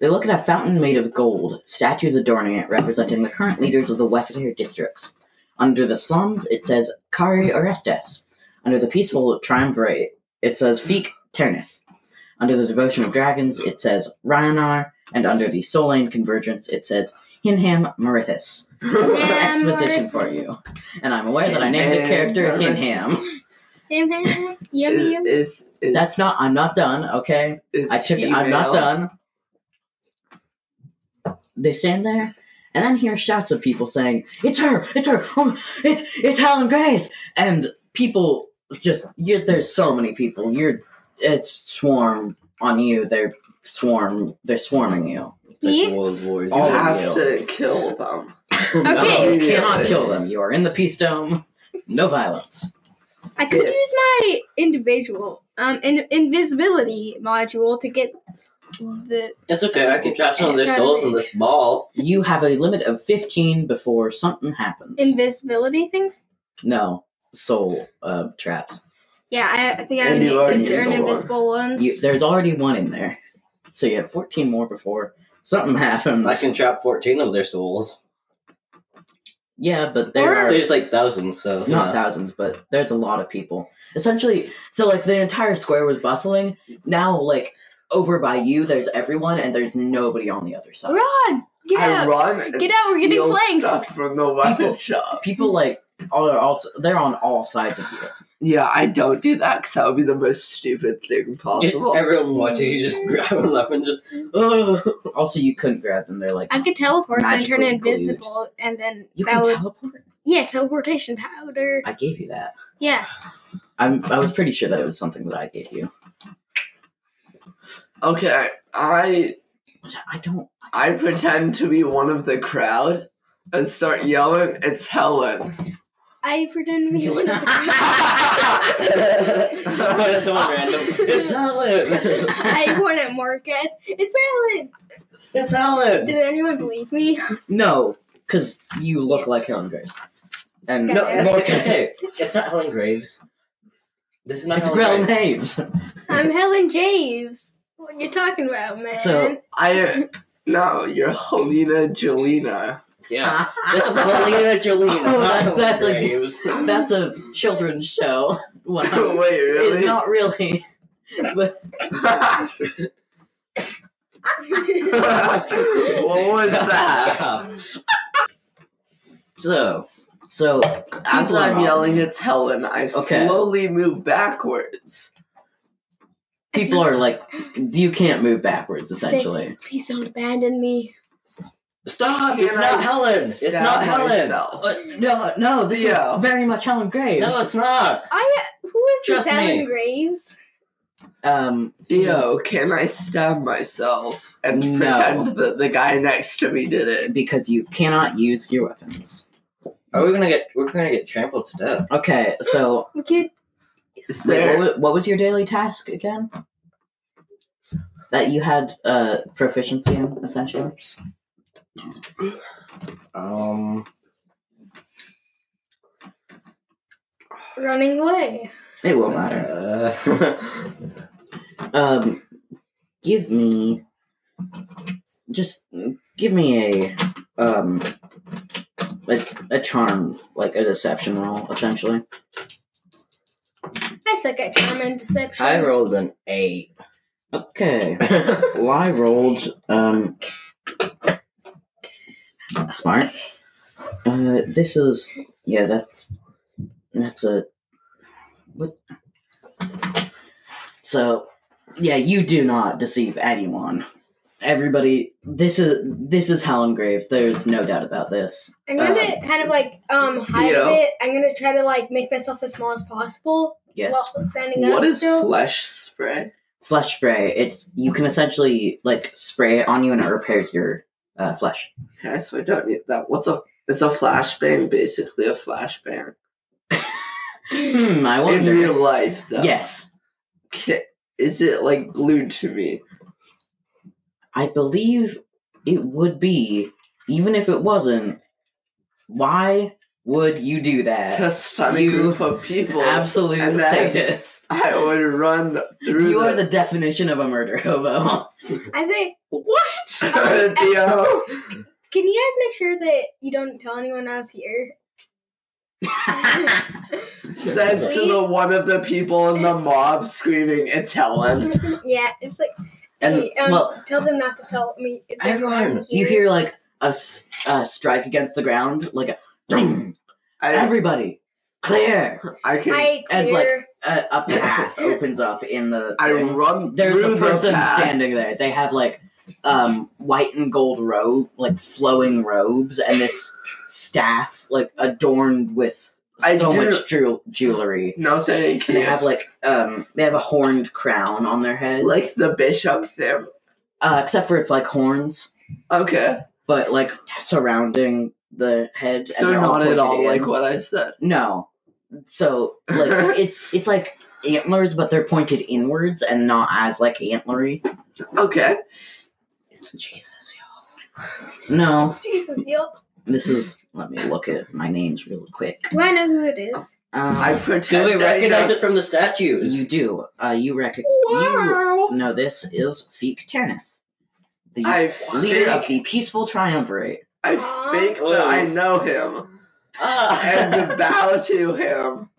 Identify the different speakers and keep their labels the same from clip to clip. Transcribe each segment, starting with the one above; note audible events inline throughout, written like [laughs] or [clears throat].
Speaker 1: at a fountain made of gold, statues adorning it representing the current leaders of the wealthier districts. Under the slums, it says Kari Orestes. Under the peaceful triumvirate, it says Feek Ternith. Under the devotion of dragons, it says Ryanar. And under the Solane convergence, it says Hinham Marithis. That's some
Speaker 2: Hinham
Speaker 1: exposition for you. And I'm aware that I named the
Speaker 3: Hinham
Speaker 1: character
Speaker 3: Marithis.
Speaker 1: Hinham.
Speaker 2: yummy, yummy.
Speaker 3: Is, is
Speaker 1: That's not, I'm not done, okay?
Speaker 3: Is
Speaker 1: I took it. I'm not done. They stand there and then hear shouts of people saying, "It's her! It's her! Oh, it's it's Helen Grace!" And people just you there's so many people. You're it's swarm on you. They're swarm. They're swarming you.
Speaker 4: It's like
Speaker 2: Yeah.
Speaker 4: World War Z.
Speaker 3: You
Speaker 1: All of
Speaker 3: have
Speaker 1: you.
Speaker 3: to kill them.
Speaker 2: Okay.
Speaker 1: you cannot kill them. You are in the peace dome. No violence.
Speaker 2: I could
Speaker 3: Yes.
Speaker 2: use my individual um in- invisibility module to get the
Speaker 4: It's okay. I can trap some of their souls in this ball.
Speaker 1: You have a limit of fifteen before something happens.
Speaker 2: invisibility things.
Speaker 1: no soul uh, traps.
Speaker 2: Yeah, I, I think I
Speaker 3: And
Speaker 2: need
Speaker 3: you already
Speaker 1: used
Speaker 2: turn
Speaker 1: the
Speaker 3: one.
Speaker 2: invisible ones.
Speaker 1: You, there's already one in there. So you have 14 more before something [laughs] happens.
Speaker 4: I can trap fourteen of their souls.
Speaker 1: yeah, but there
Speaker 2: Or-
Speaker 1: are
Speaker 4: There's like thousands, so
Speaker 1: not
Speaker 4: yeah.
Speaker 1: thousands, but there's a lot of people. Essentially, so like the entire square was bustling. Now, like over by you, there's everyone, and there's nobody on the other side.
Speaker 2: Run! Get
Speaker 3: I
Speaker 2: out!
Speaker 3: run and
Speaker 2: Get out, we're getting
Speaker 3: steal
Speaker 2: flanked.
Speaker 3: stuff from the weapon
Speaker 1: People-
Speaker 3: shop.
Speaker 1: People like all are also they're on all sides of you.
Speaker 3: Yeah, I don't do that because that would be the most stupid thing
Speaker 4: Just
Speaker 3: possible.
Speaker 4: everyone watching you just [laughs] grab them up and just oh. [laughs]
Speaker 1: Also, you couldn't grab them. They're like
Speaker 2: I could teleport and turn
Speaker 1: Magically glued.
Speaker 2: invisible, and then
Speaker 1: you
Speaker 2: that
Speaker 1: can
Speaker 2: would
Speaker 1: teleport.
Speaker 2: yeah teleportation powder.
Speaker 1: I gave you that.
Speaker 2: Yeah,
Speaker 1: I'm, I was pretty sure that it was something that I gave you.
Speaker 3: okay, I
Speaker 4: [laughs]
Speaker 1: I don't.
Speaker 3: I pretend to be one of the crowd and start yelling, "It's Helen!"
Speaker 2: I pretend to be
Speaker 4: [laughs]
Speaker 2: one of the.
Speaker 4: just point at someone random. It's Helen.
Speaker 2: [laughs] I want it, Marcus. It's Ellen.
Speaker 4: It's Helen.
Speaker 2: Did anyone believe me? [laughs]
Speaker 1: No, because you look like Helen Grace. And
Speaker 4: No,
Speaker 2: Okay.
Speaker 1: [laughs]
Speaker 4: okay. It's not Helen Graves. This is not
Speaker 1: it's
Speaker 4: Helen
Speaker 1: Grell
Speaker 4: Graves.
Speaker 1: Names.
Speaker 2: I'm Helen James. What you talking about, man?
Speaker 1: So-
Speaker 3: I no, you're Helena Jelena.
Speaker 4: Yeah.
Speaker 1: [laughs]
Speaker 4: This is Helena Jolene.
Speaker 1: Oh,
Speaker 4: not
Speaker 1: that's- that's
Speaker 4: Helen
Speaker 1: a-
Speaker 4: Graves. [laughs]
Speaker 1: That's a children's show. [laughs] Wow.
Speaker 3: [laughs] Wait, Oh, really?
Speaker 1: It's not really. But
Speaker 3: [laughs] what was that?
Speaker 4: so,
Speaker 1: so
Speaker 3: As
Speaker 1: People are
Speaker 3: I'm
Speaker 1: wrong.
Speaker 3: yelling, it's Helen. I
Speaker 1: Okay.
Speaker 3: slowly move backwards.
Speaker 1: people are like, you can't move backwards. Essentially,
Speaker 2: Please don't abandon me.
Speaker 4: stop! It's
Speaker 3: And
Speaker 4: not
Speaker 3: I
Speaker 4: Helen. It's
Speaker 3: stab
Speaker 4: not Helen.
Speaker 3: myself.
Speaker 1: no, no,
Speaker 3: this is Yeah.
Speaker 1: very much Helen Graves.
Speaker 4: No, it's not.
Speaker 2: I who is
Speaker 4: Trust
Speaker 2: this
Speaker 4: me.
Speaker 2: Helen Graves?
Speaker 1: um,
Speaker 3: Theo, can I stab myself and
Speaker 1: No.
Speaker 3: pretend that the guy next to me did it?
Speaker 1: because you cannot use your weapons.
Speaker 4: Are we gonna get? We're gonna get trampled to death.
Speaker 1: Okay, so
Speaker 2: We could
Speaker 3: Is
Speaker 1: wait,
Speaker 3: there?
Speaker 1: what, wa- what was your daily task again? That you had uh, proficiency in, essentially.
Speaker 4: Um,
Speaker 2: running away.
Speaker 1: It won't matter.
Speaker 4: uh,
Speaker 1: Um, give me just give me a um a, a charm like a deception roll essentially.
Speaker 2: I suck at charm and deception.
Speaker 4: I rolled an eight.
Speaker 1: Okay, well I rolled um smart. Uh, this is yeah that's that's a what so yeah you do not deceive anyone everybody this is this is helen graves there's no doubt about this
Speaker 2: I'm gonna kind of like um hide
Speaker 3: Theo.
Speaker 2: it. I'm gonna try to like make myself as small as possible
Speaker 1: yes
Speaker 2: while standing up.
Speaker 3: What is
Speaker 2: still.
Speaker 3: flesh spray?
Speaker 1: flesh spray it's you can essentially like spray it on you and it repairs your uh, flesh
Speaker 3: Okay, so I don't need that. What's a? It's a flashbang, basically a flashbang
Speaker 1: hmm i
Speaker 3: in
Speaker 1: wonder
Speaker 3: real life, though.
Speaker 1: yes
Speaker 3: Ki- Is it like glued to me?
Speaker 1: i believe it would be even if it wasn't why would you do that?
Speaker 3: Test on a
Speaker 1: Uh, You-
Speaker 3: group of people.
Speaker 1: Absolute
Speaker 3: and that-
Speaker 1: sadist.
Speaker 3: [laughs] I would run through.
Speaker 1: You
Speaker 3: the,
Speaker 1: are
Speaker 3: [laughs]
Speaker 1: the definition of a murder hobo. [laughs]
Speaker 2: I say,
Speaker 3: [laughs]
Speaker 1: what?
Speaker 3: Yo,
Speaker 2: can you guys make sure that you don't tell anyone I was here?
Speaker 3: says to the one of the people in the mob screaming, "It's Helen."
Speaker 2: yeah, it's like,
Speaker 1: and
Speaker 2: hey, um,
Speaker 1: well,
Speaker 2: tell them not to tell me. that
Speaker 3: Everyone,
Speaker 2: I'm
Speaker 1: you
Speaker 2: here.
Speaker 1: hear like a, s- a strike against the ground, like a "Dong."
Speaker 3: I,
Speaker 1: everybody
Speaker 3: [laughs]
Speaker 1: clear.
Speaker 3: I can. I,
Speaker 2: I
Speaker 1: and, like,
Speaker 2: clear.
Speaker 1: A, a
Speaker 3: [laughs]
Speaker 1: path opens up in the. thing.
Speaker 3: run
Speaker 1: There's
Speaker 3: through
Speaker 1: a person
Speaker 3: the path.
Speaker 1: standing there. They have like um, white and gold robe, like flowing robes, and this staff, like adorned with
Speaker 3: I
Speaker 1: so
Speaker 3: do-
Speaker 1: much jew- jewelry.
Speaker 3: No,
Speaker 1: And
Speaker 3: thank you.
Speaker 1: they have like um, they have a horned crown on their head,
Speaker 3: like the bishop thing.
Speaker 1: uh, except for it's like horns,
Speaker 3: Okay,
Speaker 1: but like surrounding the head. and
Speaker 3: so
Speaker 1: they're
Speaker 3: not at
Speaker 1: pointed
Speaker 3: all
Speaker 1: in.
Speaker 3: like what I said.
Speaker 1: No. So
Speaker 3: [laughs]
Speaker 1: like it's it's like antlers, but they're pointed inwards and not as like antlery.
Speaker 3: Okay,
Speaker 1: It's Jesus, y'all. No,
Speaker 2: Jesus, yo.
Speaker 1: this is. Let me look at my names real quick.
Speaker 2: Do I know who it is?
Speaker 1: Um,
Speaker 3: I
Speaker 4: Do
Speaker 3: pretend.
Speaker 4: we recognize
Speaker 3: I
Speaker 4: it from the statues?
Speaker 1: you do. Uh, you reckon? You no. This is Feek Tanith, the
Speaker 3: I
Speaker 1: leader of
Speaker 3: fake,
Speaker 1: the Peaceful Triumvirate.
Speaker 3: I
Speaker 2: Aw.
Speaker 3: fake that I know him
Speaker 4: Ah.
Speaker 5: [laughs]
Speaker 3: and
Speaker 1: [laughs]
Speaker 3: bow to him.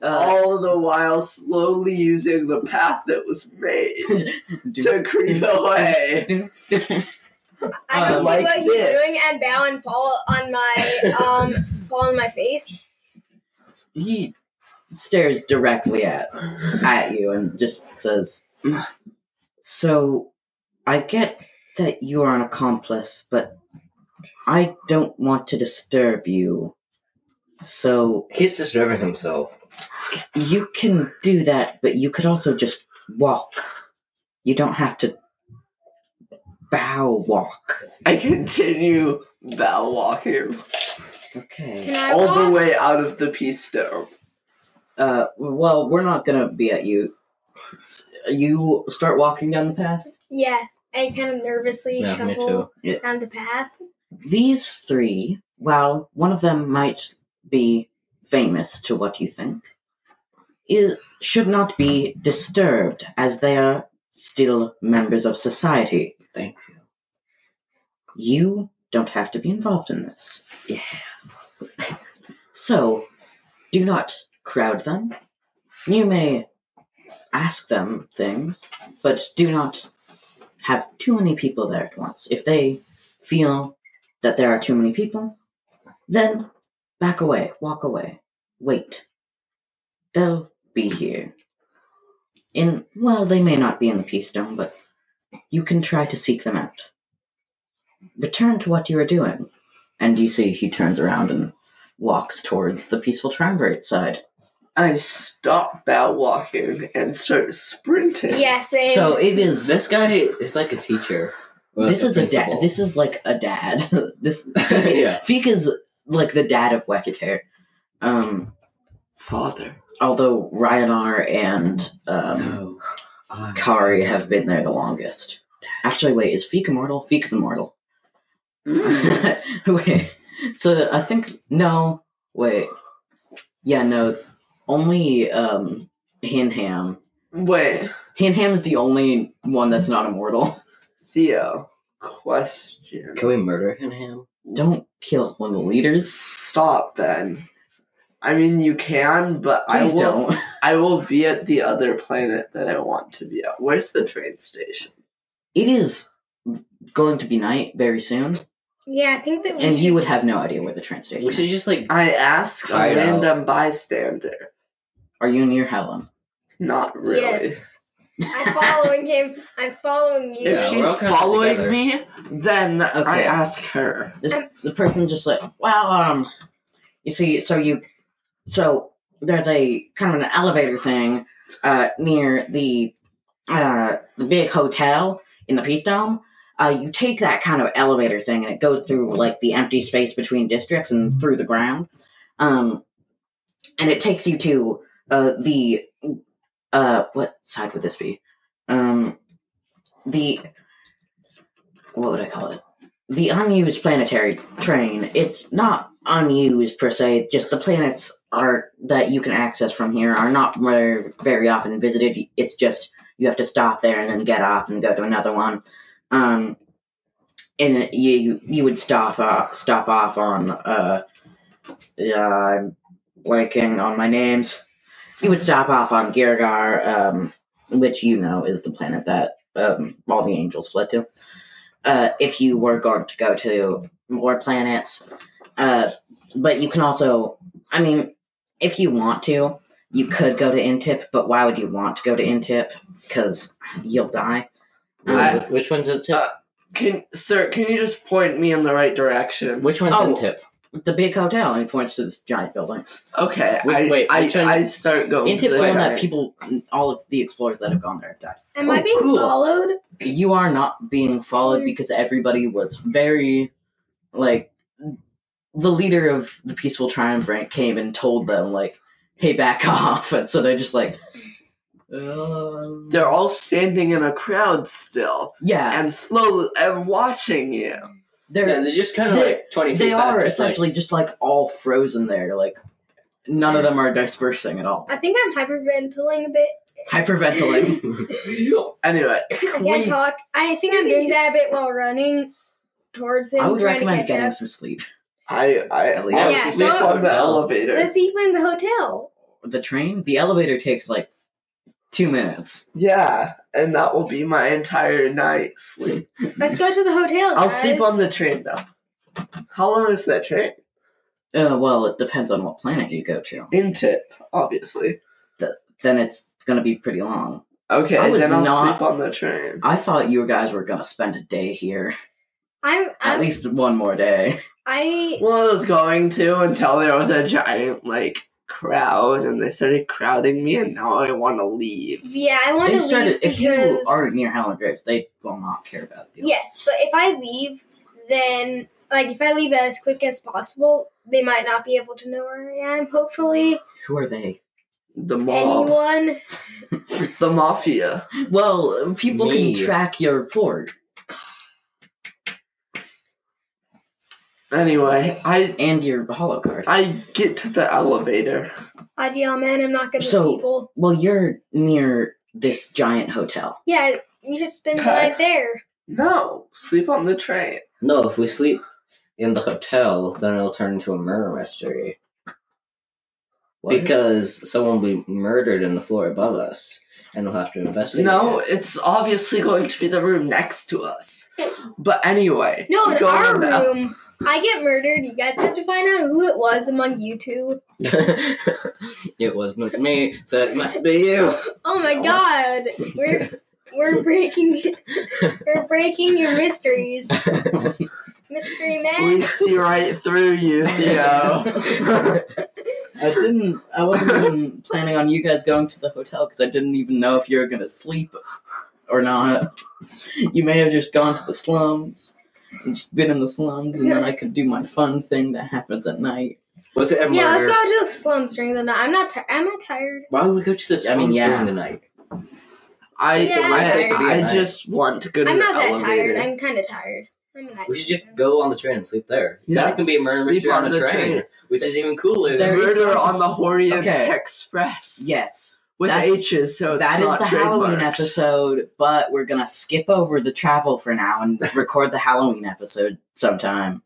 Speaker 1: Uh,
Speaker 3: all the while slowly using the path that was made
Speaker 1: [laughs]
Speaker 3: to creep away.
Speaker 2: I don't
Speaker 1: Um,
Speaker 2: do
Speaker 3: Uh, like
Speaker 2: what
Speaker 3: this.
Speaker 2: he's doing and bow and fall on my um
Speaker 3: [laughs]
Speaker 2: fall on my face.
Speaker 1: he stares directly at at you and just says, "So, I get that you are an accomplice, but I don't want to disturb you. So
Speaker 5: He's disturbing himself.
Speaker 1: you can do that, but you could also just walk. You don't have to bow walk.
Speaker 3: I continue bow walking
Speaker 1: Okay.
Speaker 2: Can I
Speaker 3: all
Speaker 2: walk?
Speaker 3: the way out of the peace dome.
Speaker 1: Uh, well, we're not gonna be at you. S- You start walking down the path."
Speaker 2: Yeah, I kind of nervously
Speaker 5: Yeah, me
Speaker 2: shuffle
Speaker 1: too. Yeah.
Speaker 2: down the path.
Speaker 1: these three, while one of them might be famous to what you think, it should not be disturbed as they are still members of society.
Speaker 4: Thank
Speaker 1: you. You don't have to be involved in this.
Speaker 4: Yeah.
Speaker 1: so, do not crowd them. You may ask them things, but do not have too many people there at once. If they feel that there are too many people, then back away, walk away, wait. They'll be here. In well, they may not be in the peace dome, but you can try to seek them out. Return to what you are doing. And you see he turns around and walks towards the peaceful triumvirate side.
Speaker 3: I stop bow walking and start sprinting.
Speaker 2: Yeah, same.
Speaker 1: So it is
Speaker 4: This guy is
Speaker 5: It's like a teacher. Well,
Speaker 1: this
Speaker 5: a
Speaker 1: is a dad
Speaker 5: principal.
Speaker 1: this is like a dad. [laughs] this
Speaker 5: [laughs]
Speaker 4: Yeah.
Speaker 1: Fika is like the dad of Wekater. Um
Speaker 3: Father.
Speaker 1: although Ryanar and um,
Speaker 4: no. I-
Speaker 1: Kari have been there the longest. Actually, wait, is Feek immortal? Feek is immortal. [laughs]
Speaker 2: Mm.
Speaker 1: wait, so I think no. Wait, yeah, no. Only um, Hinham.
Speaker 3: [laughs] Wait,
Speaker 1: Hinham is the only one that's not immortal.
Speaker 3: Theo. Question.
Speaker 5: Can we murder him?
Speaker 1: Don't kill one of the leaders.
Speaker 3: Stop then. I mean, you can, but I
Speaker 1: Please
Speaker 3: will.
Speaker 1: don't.
Speaker 3: I will be at the other planet that I want to be at. Where's the train station?
Speaker 1: It is going to be night very soon,
Speaker 2: yeah, I think that we
Speaker 1: and
Speaker 2: should,
Speaker 1: you would
Speaker 2: [laughs]
Speaker 1: have no idea where the train station.
Speaker 4: We should
Speaker 1: Is.
Speaker 4: just like
Speaker 3: I ask a
Speaker 5: I know.
Speaker 3: random bystander.
Speaker 1: Are you near Helen?
Speaker 3: Not really.
Speaker 2: Yes. I'm following him. I'm following you.
Speaker 3: If
Speaker 5: Yeah,
Speaker 3: she's
Speaker 5: we're all kinda
Speaker 3: following
Speaker 5: together.
Speaker 3: me, then I
Speaker 1: Okay.
Speaker 3: ask her.
Speaker 1: This,
Speaker 2: Um,
Speaker 1: the person's just like, well, um, you see, so you, so there's a kind of an elevator thing, uh, near the, uh, the big hotel in the Peace Dome. Uh, you take that kind of elevator thing and it goes through like the empty space between districts and through the ground. Um, and it takes you to, uh, the, uh, what side would this be? Um, the, what would I call it? the unused planetary train, it's not unused per se. Just the planets are that you can access from here are not very, very often visited. It's just you have to stop there and then get off and go to another one. Um, and it- you you- you would stop uh, stop off on uh, yeah, I'm blanking on my names. You would stop off on Girgar, um, which you know is the planet that um, all the angels fled to. Uh, if you were going to go to more planets, uh, but you can also, I mean, if you want to, you could go to Intip, but why would you want to go to Intip? Because you'll die. Um,
Speaker 3: I-
Speaker 5: Wh- Which one's the tip?
Speaker 3: Uh, Can sir, can you just point me in the right direction?
Speaker 5: Which one's
Speaker 1: oh.
Speaker 5: the tip?
Speaker 1: the big hotel, and he points to this giant building.
Speaker 3: Okay,
Speaker 5: Wait,
Speaker 3: I
Speaker 5: wait,
Speaker 3: I,
Speaker 5: which one-
Speaker 3: I start going.
Speaker 1: Intip's the
Speaker 3: this
Speaker 1: one that
Speaker 3: way.
Speaker 1: people, all of the explorers that have gone there have died.
Speaker 2: Am I
Speaker 1: Oh,
Speaker 2: being
Speaker 1: cool.
Speaker 2: followed?
Speaker 1: you are not being followed because everybody was very like the leader of the peaceful triumvirate came and told them like hey back [laughs] off and so they're just like um,
Speaker 3: They're all standing in a crowd still
Speaker 1: yeah
Speaker 3: and slowly and watching you.
Speaker 4: Yeah,
Speaker 1: they're
Speaker 4: they're just kind of
Speaker 1: They-
Speaker 4: like twenty.
Speaker 1: they
Speaker 4: feet back,
Speaker 1: are
Speaker 4: just like-
Speaker 1: [laughs] essentially just like all frozen there like none of them are dispersing at all
Speaker 2: I think I'm hyperventilating a bit.
Speaker 1: hyperventilating
Speaker 3: Anyway,
Speaker 2: I can't talk. I think I'm doing that a bit while running towards him,
Speaker 1: i would
Speaker 2: trying to
Speaker 1: recommend
Speaker 2: catch
Speaker 1: getting
Speaker 2: up.
Speaker 1: some sleep
Speaker 3: I I
Speaker 1: At
Speaker 3: I'll
Speaker 1: least.
Speaker 2: Yeah,
Speaker 3: sleep
Speaker 2: don't-
Speaker 3: on the
Speaker 5: Oh.
Speaker 3: elevator.
Speaker 2: Let's sleep in the hotel.
Speaker 1: the train the elevator takes like two minutes
Speaker 3: Yeah, and that will be my entire night
Speaker 1: Uh,
Speaker 3: sleep.
Speaker 2: Let's go to the hotel.
Speaker 3: I'll
Speaker 2: guys.
Speaker 3: sleep on the train though. How long is that train?
Speaker 1: uh, well it depends on what planet you go to
Speaker 3: In tip, obviously.
Speaker 1: then it's gonna be pretty long
Speaker 3: Okay,
Speaker 1: I was
Speaker 3: then I'll
Speaker 1: not-
Speaker 3: sleep on the train.
Speaker 1: I thought you guys were gonna spend a day here,
Speaker 2: I'm.
Speaker 1: at
Speaker 2: I'm
Speaker 1: least one more
Speaker 2: [laughs]
Speaker 1: day.
Speaker 2: I.
Speaker 3: Well, I was going to until there was a giant like crowd, and they started crowding me, and now I want to leave.
Speaker 2: Yeah, I want
Speaker 1: They
Speaker 2: to leave
Speaker 1: started. If
Speaker 2: because.
Speaker 1: you are near Helen Graves, they will not care about you.
Speaker 2: yes, but if I leave, then like if I leave as quick as possible, they might not be able to know where I am. Hopefully,
Speaker 1: Who are they?
Speaker 3: The mob,
Speaker 2: anyone.
Speaker 3: the mafia.
Speaker 1: Well, people
Speaker 5: Me.
Speaker 1: can track your report,
Speaker 3: Anyway, I
Speaker 1: and your hollow card.
Speaker 3: I get to the elevator.
Speaker 2: I yeah, man, I'm not good with
Speaker 1: So-
Speaker 2: people.
Speaker 1: Well, you're near this giant hotel.
Speaker 2: Yeah, you should spend the
Speaker 3: Okay.
Speaker 2: night there.
Speaker 3: No, sleep on the train.
Speaker 5: No, if we sleep in the hotel, then it'll turn into a murder mystery. Because someone will be murdered in the floor above us, and we'll have to investigate.
Speaker 3: No,
Speaker 5: it.
Speaker 3: it's obviously going to be the room next to us. But anyway,
Speaker 2: No, in
Speaker 3: go
Speaker 2: our
Speaker 3: on the-
Speaker 2: room. I get murdered. You guys have to find out who it was among you two.
Speaker 5: it [laughs] was not me, so it must be you.
Speaker 2: Oh my
Speaker 3: Oh,
Speaker 2: god, we're we're breaking
Speaker 1: [laughs]
Speaker 2: we're breaking your mysteries, mystery
Speaker 3: We
Speaker 2: man.
Speaker 3: see right through you, Theo.
Speaker 1: I didn't. I wasn't even planning on you guys going to the hotel because I didn't even know if you were gonna sleep or not. You may have just gone to the slums, and just been in the slums, and then I could do my fun thing that happens at night.
Speaker 5: Was it a murder?
Speaker 2: Yeah, let's go to the slums during the night. I'm not. Ti- I'm not tired.
Speaker 5: Why would we go to the
Speaker 1: I mean,
Speaker 5: slums
Speaker 1: yeah.
Speaker 5: during the night?
Speaker 3: I
Speaker 2: [laughs] Yeah,
Speaker 5: it's supposed to be
Speaker 3: I,
Speaker 5: at
Speaker 3: I
Speaker 5: night.
Speaker 3: just want to go to
Speaker 2: I'm
Speaker 3: the
Speaker 2: not that
Speaker 3: elevator.
Speaker 2: tired. I'm kind of tired. I'm a night.
Speaker 5: We should just
Speaker 2: person.
Speaker 5: go on the train and sleep there.
Speaker 3: Yeah,
Speaker 5: Then it can be a murder
Speaker 3: sleep
Speaker 5: mystery on,
Speaker 3: on
Speaker 5: the
Speaker 3: the
Speaker 5: train,
Speaker 3: train.
Speaker 5: which is even cooler.
Speaker 1: There
Speaker 5: than
Speaker 1: is
Speaker 3: Murder
Speaker 1: going to
Speaker 3: on
Speaker 1: be-
Speaker 3: the Orient
Speaker 1: Okay.
Speaker 3: Express.
Speaker 1: Yes,
Speaker 3: With
Speaker 1: That's-
Speaker 3: H's, so it's
Speaker 1: that is
Speaker 3: not
Speaker 1: the Halloween
Speaker 3: trademarked.
Speaker 1: episode, but we're gonna skip over the travel for now
Speaker 3: [laughs]
Speaker 1: and record the Halloween episode sometime,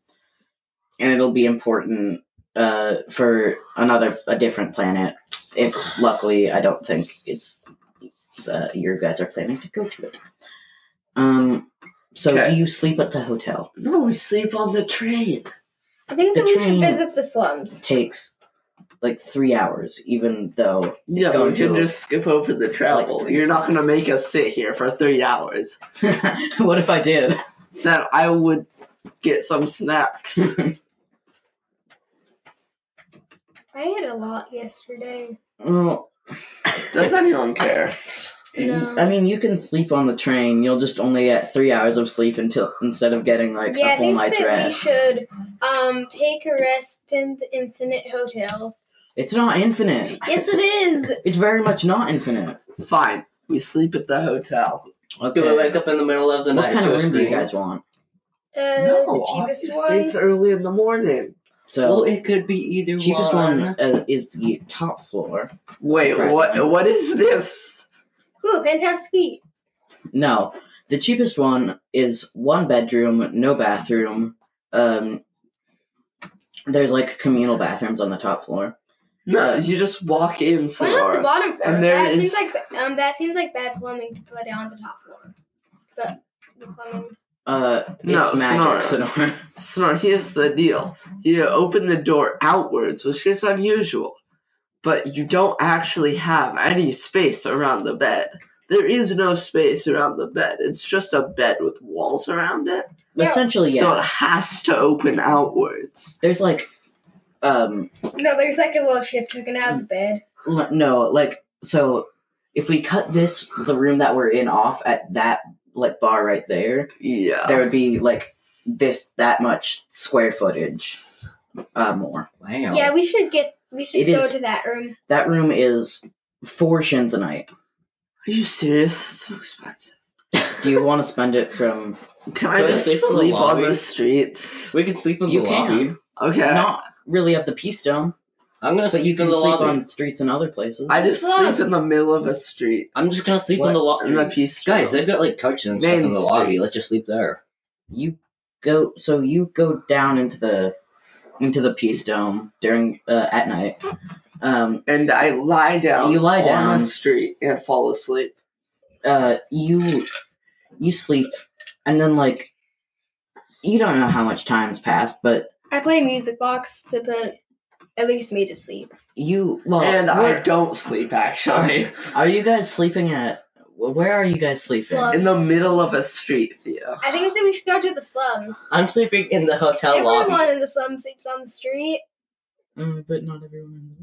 Speaker 1: and it'll be important uh, for another a different planet. If luckily, I don't think it's uh, your guys are planning to go to it. Um. So,
Speaker 3: Okay.
Speaker 1: do you sleep at the hotel?
Speaker 3: No, we sleep on the train.
Speaker 2: I think
Speaker 1: the
Speaker 2: that we
Speaker 1: train-
Speaker 2: should visit the slums.
Speaker 1: takes like three hours, even though
Speaker 3: Yeah,
Speaker 1: going
Speaker 3: we can
Speaker 1: to-
Speaker 3: just skip over the travel.
Speaker 1: three
Speaker 3: You're not
Speaker 1: hours.
Speaker 3: gonna make us sit here for three hours.
Speaker 1: [laughs] what if I did?
Speaker 3: [laughs] Then I would get some
Speaker 1: [laughs]
Speaker 3: snacks.
Speaker 2: I ate a lot yesterday.
Speaker 1: Well,
Speaker 3: Does anyone care?
Speaker 2: No.
Speaker 1: I mean, you can sleep on the train. You'll just only get three hours of sleep until instead of getting like
Speaker 2: yeah,
Speaker 1: a
Speaker 2: I
Speaker 1: full
Speaker 2: think
Speaker 1: night's
Speaker 2: that we
Speaker 1: rest.
Speaker 2: should um take a rest in the Infinite Hotel.
Speaker 1: It's not infinite.
Speaker 2: Yes,
Speaker 1: [laughs]
Speaker 2: it is. Uh,
Speaker 1: It's very much not infinite.
Speaker 3: Fine. We sleep at the hotel.
Speaker 5: Do we wake up in the middle of the
Speaker 1: what
Speaker 5: night
Speaker 1: kind
Speaker 5: to
Speaker 1: of
Speaker 5: a
Speaker 1: room do you
Speaker 5: scream?
Speaker 1: guys want?
Speaker 2: Uh,
Speaker 3: no,
Speaker 2: the cheapest
Speaker 3: obviously
Speaker 2: one.
Speaker 3: it's early in the morning.
Speaker 1: So
Speaker 4: well, it could be either
Speaker 1: cheapest one,
Speaker 4: one.
Speaker 1: uh, is the top floor.
Speaker 3: Wait, what?
Speaker 1: Surprisingly.
Speaker 3: What is this?
Speaker 2: Ooh, penthouse suite.
Speaker 1: No, the cheapest one is one bedroom, no bathroom. Um, there's like communal bathrooms on the top floor.
Speaker 3: No, you just walk in,
Speaker 2: Why not the
Speaker 3: Solara.
Speaker 2: bottom floor?
Speaker 3: And there
Speaker 2: that
Speaker 3: is-
Speaker 2: seems like ba- um that seems like bad plumbing to put it on the top floor. But the plumbing.
Speaker 1: Uh, it's
Speaker 3: No,
Speaker 1: magic,
Speaker 3: Sonora.
Speaker 1: Sonora.
Speaker 3: Sonar, here's the deal. You open the door outwards, which is unusual, but you don't actually have any space around the bed. There is no space around the bed. It's just a bed with walls around it.
Speaker 2: Yeah.
Speaker 1: Essentially, Oh, yeah.
Speaker 3: So it has to open outwards.
Speaker 1: there's like, um,
Speaker 2: No, there's like a little ship taken out of the bed.
Speaker 1: L- no like so if we cut this the room that we're in off at that like bar right there
Speaker 3: Yeah.
Speaker 1: there would be like this that much square footage uh more
Speaker 5: Wow.
Speaker 2: Yeah, we should get we should
Speaker 1: It
Speaker 2: go
Speaker 1: is-
Speaker 2: to that room.
Speaker 1: that room is four shins a night
Speaker 3: Are you serious? It's so expensive.
Speaker 1: do you want to spend it from
Speaker 3: Can I
Speaker 4: Can I
Speaker 3: just
Speaker 4: sleep in the
Speaker 3: sleep on
Speaker 4: lobby?
Speaker 3: the streets?
Speaker 5: We could sleep in
Speaker 1: you
Speaker 5: [laughs] the
Speaker 1: can
Speaker 5: lobby.
Speaker 3: Okay.
Speaker 1: not really of the peace dome
Speaker 5: I'm gonna
Speaker 1: but
Speaker 5: sleep
Speaker 1: you can
Speaker 5: in the
Speaker 1: sleep
Speaker 5: lobby.
Speaker 1: on streets and other places
Speaker 3: I just sleep in the
Speaker 2: Slums.
Speaker 3: middle of a street.
Speaker 5: I'm just gonna sleep
Speaker 1: What?
Speaker 5: in the
Speaker 3: In the
Speaker 5: lobby.
Speaker 3: peace
Speaker 5: Guys,
Speaker 3: trail.
Speaker 5: they've got like couches and stuff
Speaker 3: Main
Speaker 5: in the lobby.
Speaker 3: street.
Speaker 5: Let's just sleep there.
Speaker 1: you go so you go down into the into the peace dome during uh, at night um
Speaker 3: and I lie down
Speaker 1: You lie
Speaker 3: on
Speaker 1: down.
Speaker 3: the street and fall asleep.
Speaker 1: uh you you sleep and then like you don't know how much time's passed but
Speaker 2: I play music box to put at least me to sleep.
Speaker 1: you well
Speaker 3: and I
Speaker 1: where-
Speaker 3: don't sleep actually.
Speaker 1: are you guys sleeping at where are you guys sleeping
Speaker 3: [laughs]
Speaker 2: Slum.
Speaker 3: In the middle of a street, Theo.
Speaker 2: I think that we should go to the slums.
Speaker 5: I'm sleeping in the hotel
Speaker 2: Everyone
Speaker 5: [laughs] lobby.
Speaker 2: in the slums sleeps on the street.
Speaker 1: Mm, but not everyone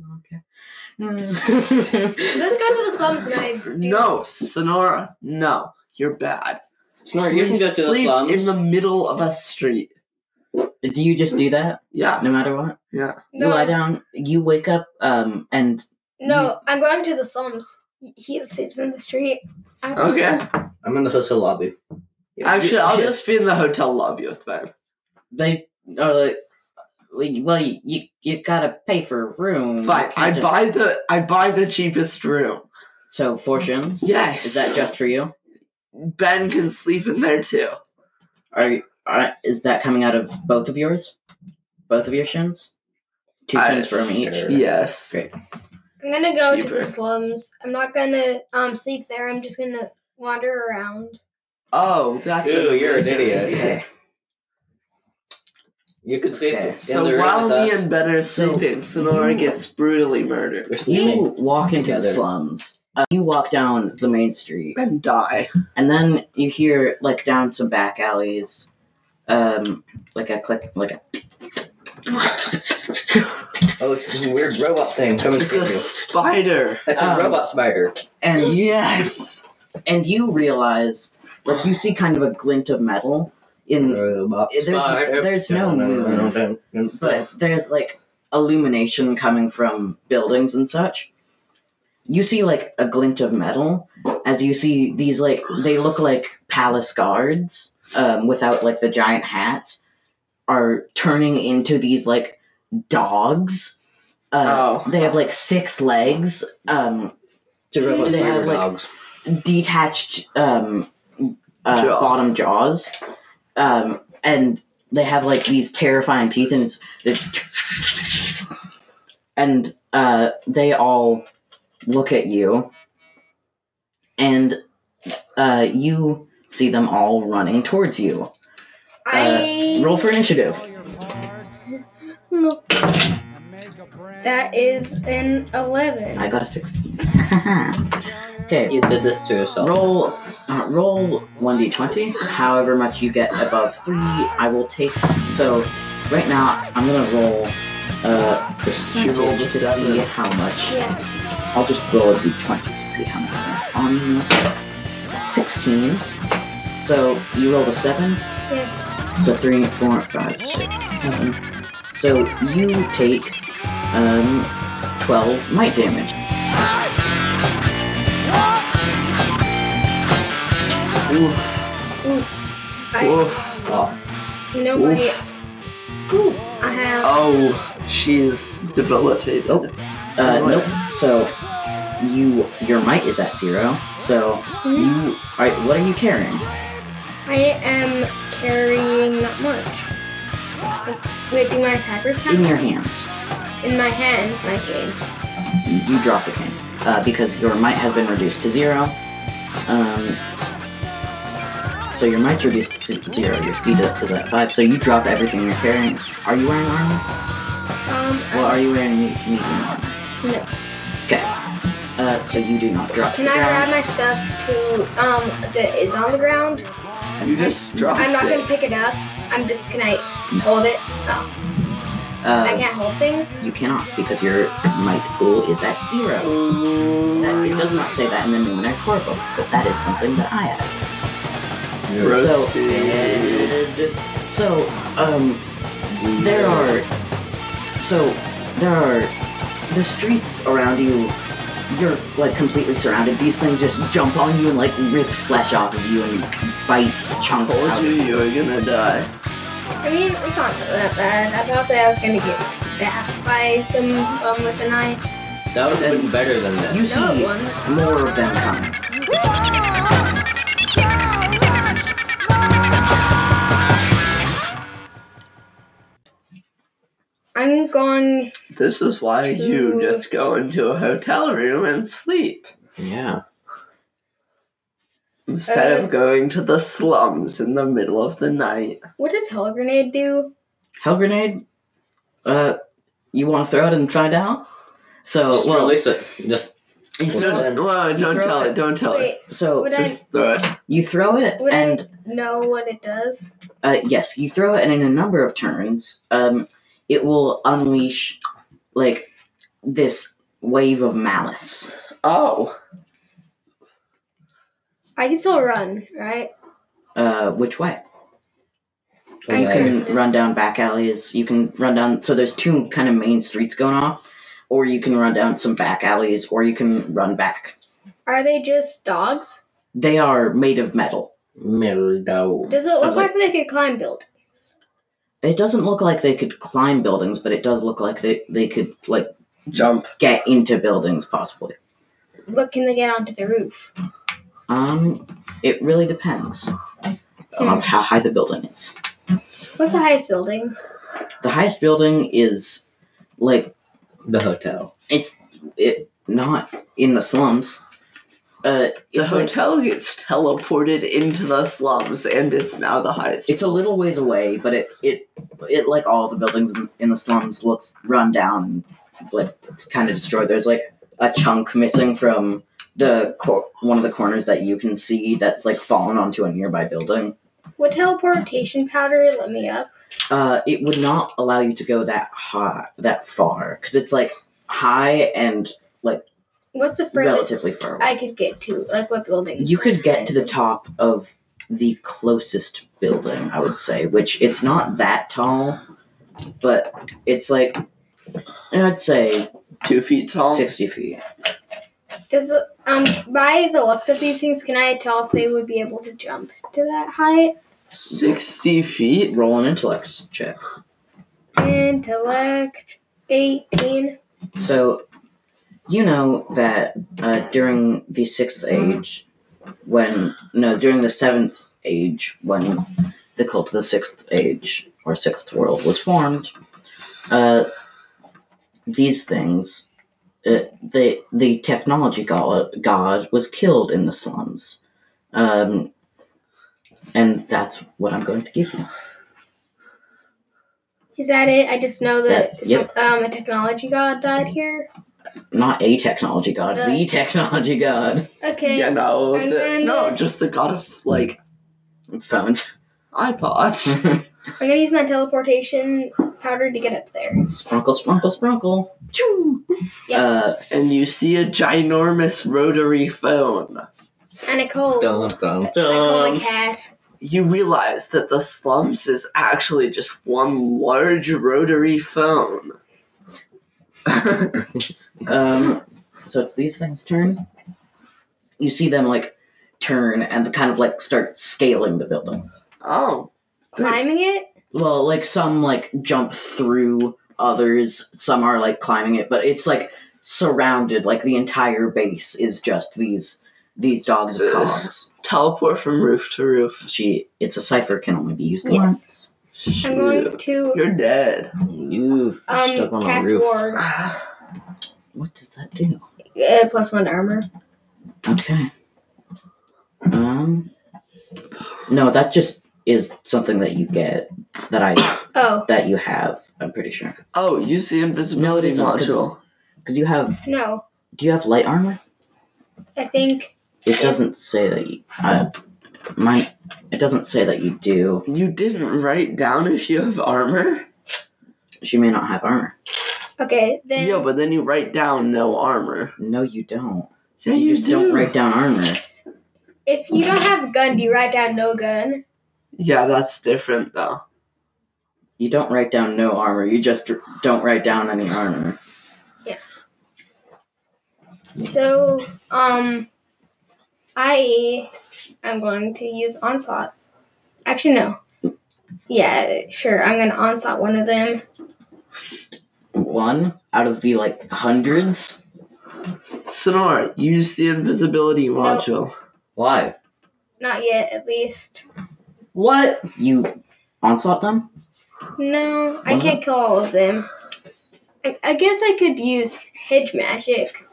Speaker 3: [laughs]
Speaker 1: okay Mm.
Speaker 2: Let's go to the slums and I do
Speaker 3: No, Sonora, no. You're bad.
Speaker 4: Snore, you
Speaker 3: We
Speaker 4: can go to the
Speaker 3: sleep
Speaker 4: slums.
Speaker 3: in the middle of a street.
Speaker 1: do you just do that
Speaker 3: Yeah.
Speaker 1: no matter what
Speaker 2: No,
Speaker 1: you lie down you wake up um and
Speaker 2: no, I'm going to the slums. He- He sleeps in the street. I-
Speaker 3: Okay.
Speaker 5: I'm in the hotel lobby.
Speaker 3: Actually, I'll
Speaker 1: you-
Speaker 3: just be in the hotel lobby with Ben.
Speaker 1: they are like well you you, you gotta pay for a room You
Speaker 3: Fine.
Speaker 1: can't
Speaker 3: I
Speaker 1: Mm, just-
Speaker 3: buy the I buy the cheapest room.
Speaker 1: so fortunes
Speaker 3: Yes.
Speaker 1: is that just for you
Speaker 3: Ben can sleep in there too?
Speaker 1: Are, you- are is that coming out of both of yours? Both of your shins? Two
Speaker 3: I-
Speaker 1: shins from each.
Speaker 5: sure.
Speaker 3: Yes.
Speaker 1: Great.
Speaker 2: I'm gonna go to
Speaker 3: Cheaper.
Speaker 2: the slums. I'm not gonna um sleep there. I'm just gonna wander around.
Speaker 3: Oh, that's
Speaker 4: Ew, you're an
Speaker 3: amazing.
Speaker 4: idiot.
Speaker 1: Okay.
Speaker 5: You could sleep
Speaker 1: Okay.
Speaker 5: in
Speaker 3: So
Speaker 5: the room
Speaker 3: while
Speaker 5: with
Speaker 3: me
Speaker 5: us.
Speaker 3: and Ben are
Speaker 1: So-
Speaker 3: sleeping, Sonora gets brutally murdered
Speaker 5: [laughs] We're sleeping.
Speaker 1: You walk into the
Speaker 5: Together.
Speaker 1: slums. Uh, you walk down the main street,
Speaker 3: and die.
Speaker 1: and then you hear like down some back alleys, um, like a click, like a
Speaker 5: Oh, it's this weird robot thing coming
Speaker 3: It's
Speaker 5: through.
Speaker 3: a spider.
Speaker 5: It's a
Speaker 1: Um,
Speaker 5: robot spider.
Speaker 1: and
Speaker 3: Yes.
Speaker 1: and you realize like you see kind of a glint of metal in
Speaker 5: Robot
Speaker 1: mm, there's-
Speaker 5: spider.
Speaker 1: there's no
Speaker 5: moon.
Speaker 1: but there's like illumination coming from buildings and such. You see like a glint of metal as you see these like they look like palace guards um, without like the giant hats are turning into these like dogs. Uh,
Speaker 3: Oh.
Speaker 1: They have like six legs. Um,
Speaker 5: It's a robot
Speaker 1: They have,
Speaker 5: spider
Speaker 1: like-
Speaker 5: dogs.
Speaker 1: detached um, uh,
Speaker 3: Jaw.
Speaker 1: bottom jaws, um, and they have like these terrifying teeth, and it's, it's and uh, they all look at you, and uh, you see them all running towards you.
Speaker 2: I
Speaker 1: Roll for initiative.
Speaker 2: [laughs] that is an eleven.
Speaker 1: I got a sixteen. [laughs] okay,
Speaker 5: You did this to yourself.
Speaker 1: roll uh, roll
Speaker 3: Hmm.
Speaker 1: 1d20 however much you get above 3 i will take so right now i'm gonna roll uh percentage
Speaker 3: rolled a
Speaker 1: to
Speaker 3: seven.
Speaker 1: see how much
Speaker 2: Yeah.
Speaker 1: i'll just roll a d20 to see how much on 16 so you rolled a 7 yeah so 3 4 5 6 7 so you take um 12 might damage
Speaker 3: Oof.
Speaker 2: I,
Speaker 3: Oof.
Speaker 5: Oh,
Speaker 2: you know
Speaker 5: Oh,
Speaker 3: Oof.
Speaker 2: my I have.
Speaker 3: Oh, she's debilitated.
Speaker 1: Oh. Uh, nope. So you your might is at zero. So
Speaker 2: Hmm?
Speaker 1: you all right? What are you carrying?
Speaker 2: I am carrying not much. With my cyber staff
Speaker 1: In your hands.
Speaker 2: in my hands, my cane.
Speaker 1: You drop the cane uh, because your might has been reduced to zero. Um, so your might's reduced to z- zero. Your speed is at five. So you drop everything you're carrying. Are you wearing armor?
Speaker 2: Um,
Speaker 1: Well, are you wearing me- medium armor?
Speaker 2: no.
Speaker 1: Okay. Uh, so you do not drop. to
Speaker 2: Can
Speaker 1: the
Speaker 2: I
Speaker 1: ground.
Speaker 2: grab my stuff to um that is on the ground?
Speaker 3: You just dropped
Speaker 2: I'm not
Speaker 3: it.
Speaker 2: gonna pick it up. I'm just can I hold it? Oh, I
Speaker 1: Uh,
Speaker 2: can't hold things.
Speaker 1: you cannot because your might pool is at zero. That, it does not say that in the Numenor core book, but that is something that I have.
Speaker 3: Roasted.
Speaker 1: So, um, there are. So, there are. The streets around you, you're, like, completely surrounded. These things just jump on you and, like, rip flesh off of you and bite chunks out
Speaker 3: Told you
Speaker 1: of
Speaker 3: you were gonna die.
Speaker 2: I mean, it's not that bad. I thought that I was gonna get stabbed by someone with a knife.
Speaker 5: That would have been better than
Speaker 1: you.
Speaker 5: that.
Speaker 1: You
Speaker 2: No, it
Speaker 1: see
Speaker 2: won't.
Speaker 1: more of them coming.
Speaker 2: I'm going.
Speaker 3: This is why you just go into a hotel room and sleep
Speaker 5: Yeah.
Speaker 3: instead
Speaker 2: Uh,
Speaker 3: of going to the slums in the middle of the night.
Speaker 2: What does hell grenade do?
Speaker 1: Hell grenade? Uh, you want to throw it and find out? So,
Speaker 5: Just
Speaker 1: well,
Speaker 5: release it. uh, Just
Speaker 1: you
Speaker 5: Well,
Speaker 1: throw
Speaker 5: then-
Speaker 1: it.
Speaker 3: Don't, whoa,
Speaker 1: You
Speaker 3: don't
Speaker 1: throw
Speaker 3: tell
Speaker 1: it.
Speaker 3: it, don't tell it.
Speaker 2: Wait,
Speaker 1: So,
Speaker 2: would I
Speaker 3: Just throw it.
Speaker 1: you throw it,
Speaker 2: would
Speaker 1: and
Speaker 2: I know what it does?
Speaker 1: Uh, yes, you throw it, and in a number of turns, um, it will unleash like this wave of malice.
Speaker 3: Oh,
Speaker 2: I can still run, right?
Speaker 1: Uh, which way?
Speaker 2: I
Speaker 1: You can
Speaker 2: Okay.
Speaker 1: run down back alleys. You can run down. So there's two kind of main streets going off, or you can run down some back alleys, or you can run back.
Speaker 2: Are they just dogs?
Speaker 1: They are made of metal.
Speaker 5: middle down.
Speaker 2: Does it look
Speaker 1: Probably.
Speaker 2: like they could climb build?
Speaker 1: It doesn't look like they could climb buildings, but it does look like they, they could like
Speaker 3: jump.
Speaker 1: get into buildings possibly.
Speaker 2: But can they get onto the roof?
Speaker 1: Um, it really depends on how high the building is.
Speaker 2: What's the highest building?
Speaker 1: the highest building is like
Speaker 5: The hotel.
Speaker 1: it's it not in the slums. Uh,
Speaker 3: The
Speaker 1: it's, like,
Speaker 3: hotel gets teleported into the slums and is now the highest.
Speaker 1: it's a little ways away, but it it it like all the buildings in- in the slums looks run down and like it's kind of destroyed. There's like a chunk missing from the cor- one of the corners that you can see that's like fallen onto a nearby building.
Speaker 2: Would teleportation powder let me up?
Speaker 1: Uh, it would not allow you to go that high that far because it's like high and
Speaker 2: What's the furthest
Speaker 1: relatively far away.
Speaker 2: I could get to? Like what buildings?
Speaker 1: You could get to the top of the closest building, I would say, which it's not that tall, but it's like I'd say
Speaker 3: Two feet tall.
Speaker 1: sixty feet.
Speaker 2: Does it- um by the looks of these things, can I tell if they would be able to jump to that height?
Speaker 3: 60 feet?
Speaker 1: Roll an intellect check.
Speaker 2: Intellect eighteen.
Speaker 1: So you know that uh, during the sixth age, when no, during the seventh age, when the cult of the sixth age or sixth world was formed, uh, these things, uh, the the technology god, god was killed in the slums, um, and that's what I'm going to give you.
Speaker 2: Is that it? I just know that
Speaker 1: Yeah, yep.
Speaker 2: some, um, a technology god died here.
Speaker 1: Not a technology god, the technology god. [laughs]
Speaker 2: Okay.
Speaker 3: yeah, no.
Speaker 2: and
Speaker 3: the-
Speaker 2: then-
Speaker 3: no, just the god of, like,
Speaker 1: Phones. [laughs]
Speaker 3: iPods.
Speaker 2: I'm gonna use my teleportation powder to get up there.
Speaker 1: Sprinkle, sprinkle, sprinkle. Choo!
Speaker 2: Yeah.
Speaker 1: Uh,
Speaker 3: and you see a ginormous rotary phone.
Speaker 2: And I call I
Speaker 5: Dun, dun,
Speaker 2: call my
Speaker 5: dun.
Speaker 2: cat.
Speaker 3: You realize that the slums is actually just one large rotary phone.
Speaker 1: um, so it's these things turn. You see them like turn and kind of like start scaling the building.
Speaker 3: oh.
Speaker 2: Climbing it?
Speaker 1: well, like some like jump through others, some are like climbing it, but it's like surrounded. Like the entire base is just these these dogs of cogs.
Speaker 3: Teleport from roof to roof.
Speaker 1: She, it's a cipher can only be used
Speaker 2: Yes.
Speaker 1: once.
Speaker 2: I'm going
Speaker 3: Shoot.
Speaker 2: to
Speaker 3: You're
Speaker 1: [sighs]
Speaker 3: dead.
Speaker 5: You
Speaker 2: um
Speaker 5: stuck on
Speaker 2: cast
Speaker 5: the roof.
Speaker 2: ward.
Speaker 1: What does that do?
Speaker 2: Uh, plus one to armor.
Speaker 1: Okay. Um. No, that just is something that you get that I
Speaker 2: Oh
Speaker 1: that you have. I'm pretty sure
Speaker 3: Oh, use the invisibility
Speaker 1: No, it isn't, 'cause-
Speaker 3: module.
Speaker 1: because you have.
Speaker 2: no,
Speaker 1: Do you have light armor?
Speaker 2: I think
Speaker 1: It doesn't say that you. Uh, mine. It doesn't say that you do.
Speaker 3: You didn't write down if you have armor?
Speaker 1: She may not have armor.
Speaker 2: okay then.
Speaker 3: Yeah, but then you write down no armor.
Speaker 1: No, you don't.
Speaker 3: Yeah,
Speaker 1: you, just
Speaker 3: do.
Speaker 1: not write down armor.
Speaker 2: If you don't have gun, do you write down no gun?
Speaker 3: Yeah, that's different though.
Speaker 1: You don't write down no armor. You just r- don't write down any armor.
Speaker 2: So, um, I am going to use onslaught. Actually, no. Yeah, sure. I'm going to onslaught one of them.
Speaker 1: One out of the like hundreds.
Speaker 3: Sonora, use the invisibility module.
Speaker 5: Why?
Speaker 2: Not yet, at least.
Speaker 1: What you onslaught them?
Speaker 2: No, I
Speaker 1: Why
Speaker 2: can't kill all of them. I, I guess I could use hedge magic.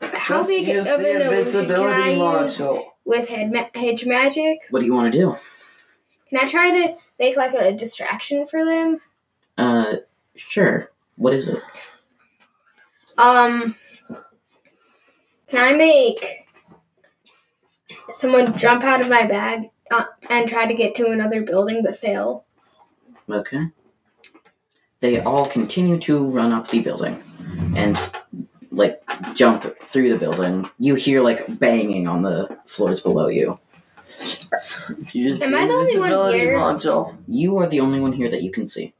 Speaker 2: How
Speaker 3: Just
Speaker 2: big oh,
Speaker 3: use
Speaker 2: of an
Speaker 3: the
Speaker 2: illusion can I
Speaker 3: invisibility
Speaker 2: use
Speaker 3: module.
Speaker 2: with head ma- hedge magic?
Speaker 1: What do you want to do?
Speaker 2: Can I try to make like a distraction for them?
Speaker 1: Uh, sure. What is it?
Speaker 2: Um, can I make someone jump out of my bag uh, and try to get to another building but fail?
Speaker 1: Okay. They all continue to run up the building and, like, jump through the building. You hear, like, banging on the floors below you.
Speaker 3: Use
Speaker 2: Am I the only one
Speaker 3: invisibility
Speaker 2: here?
Speaker 3: module.
Speaker 1: You are the only one here that you can see.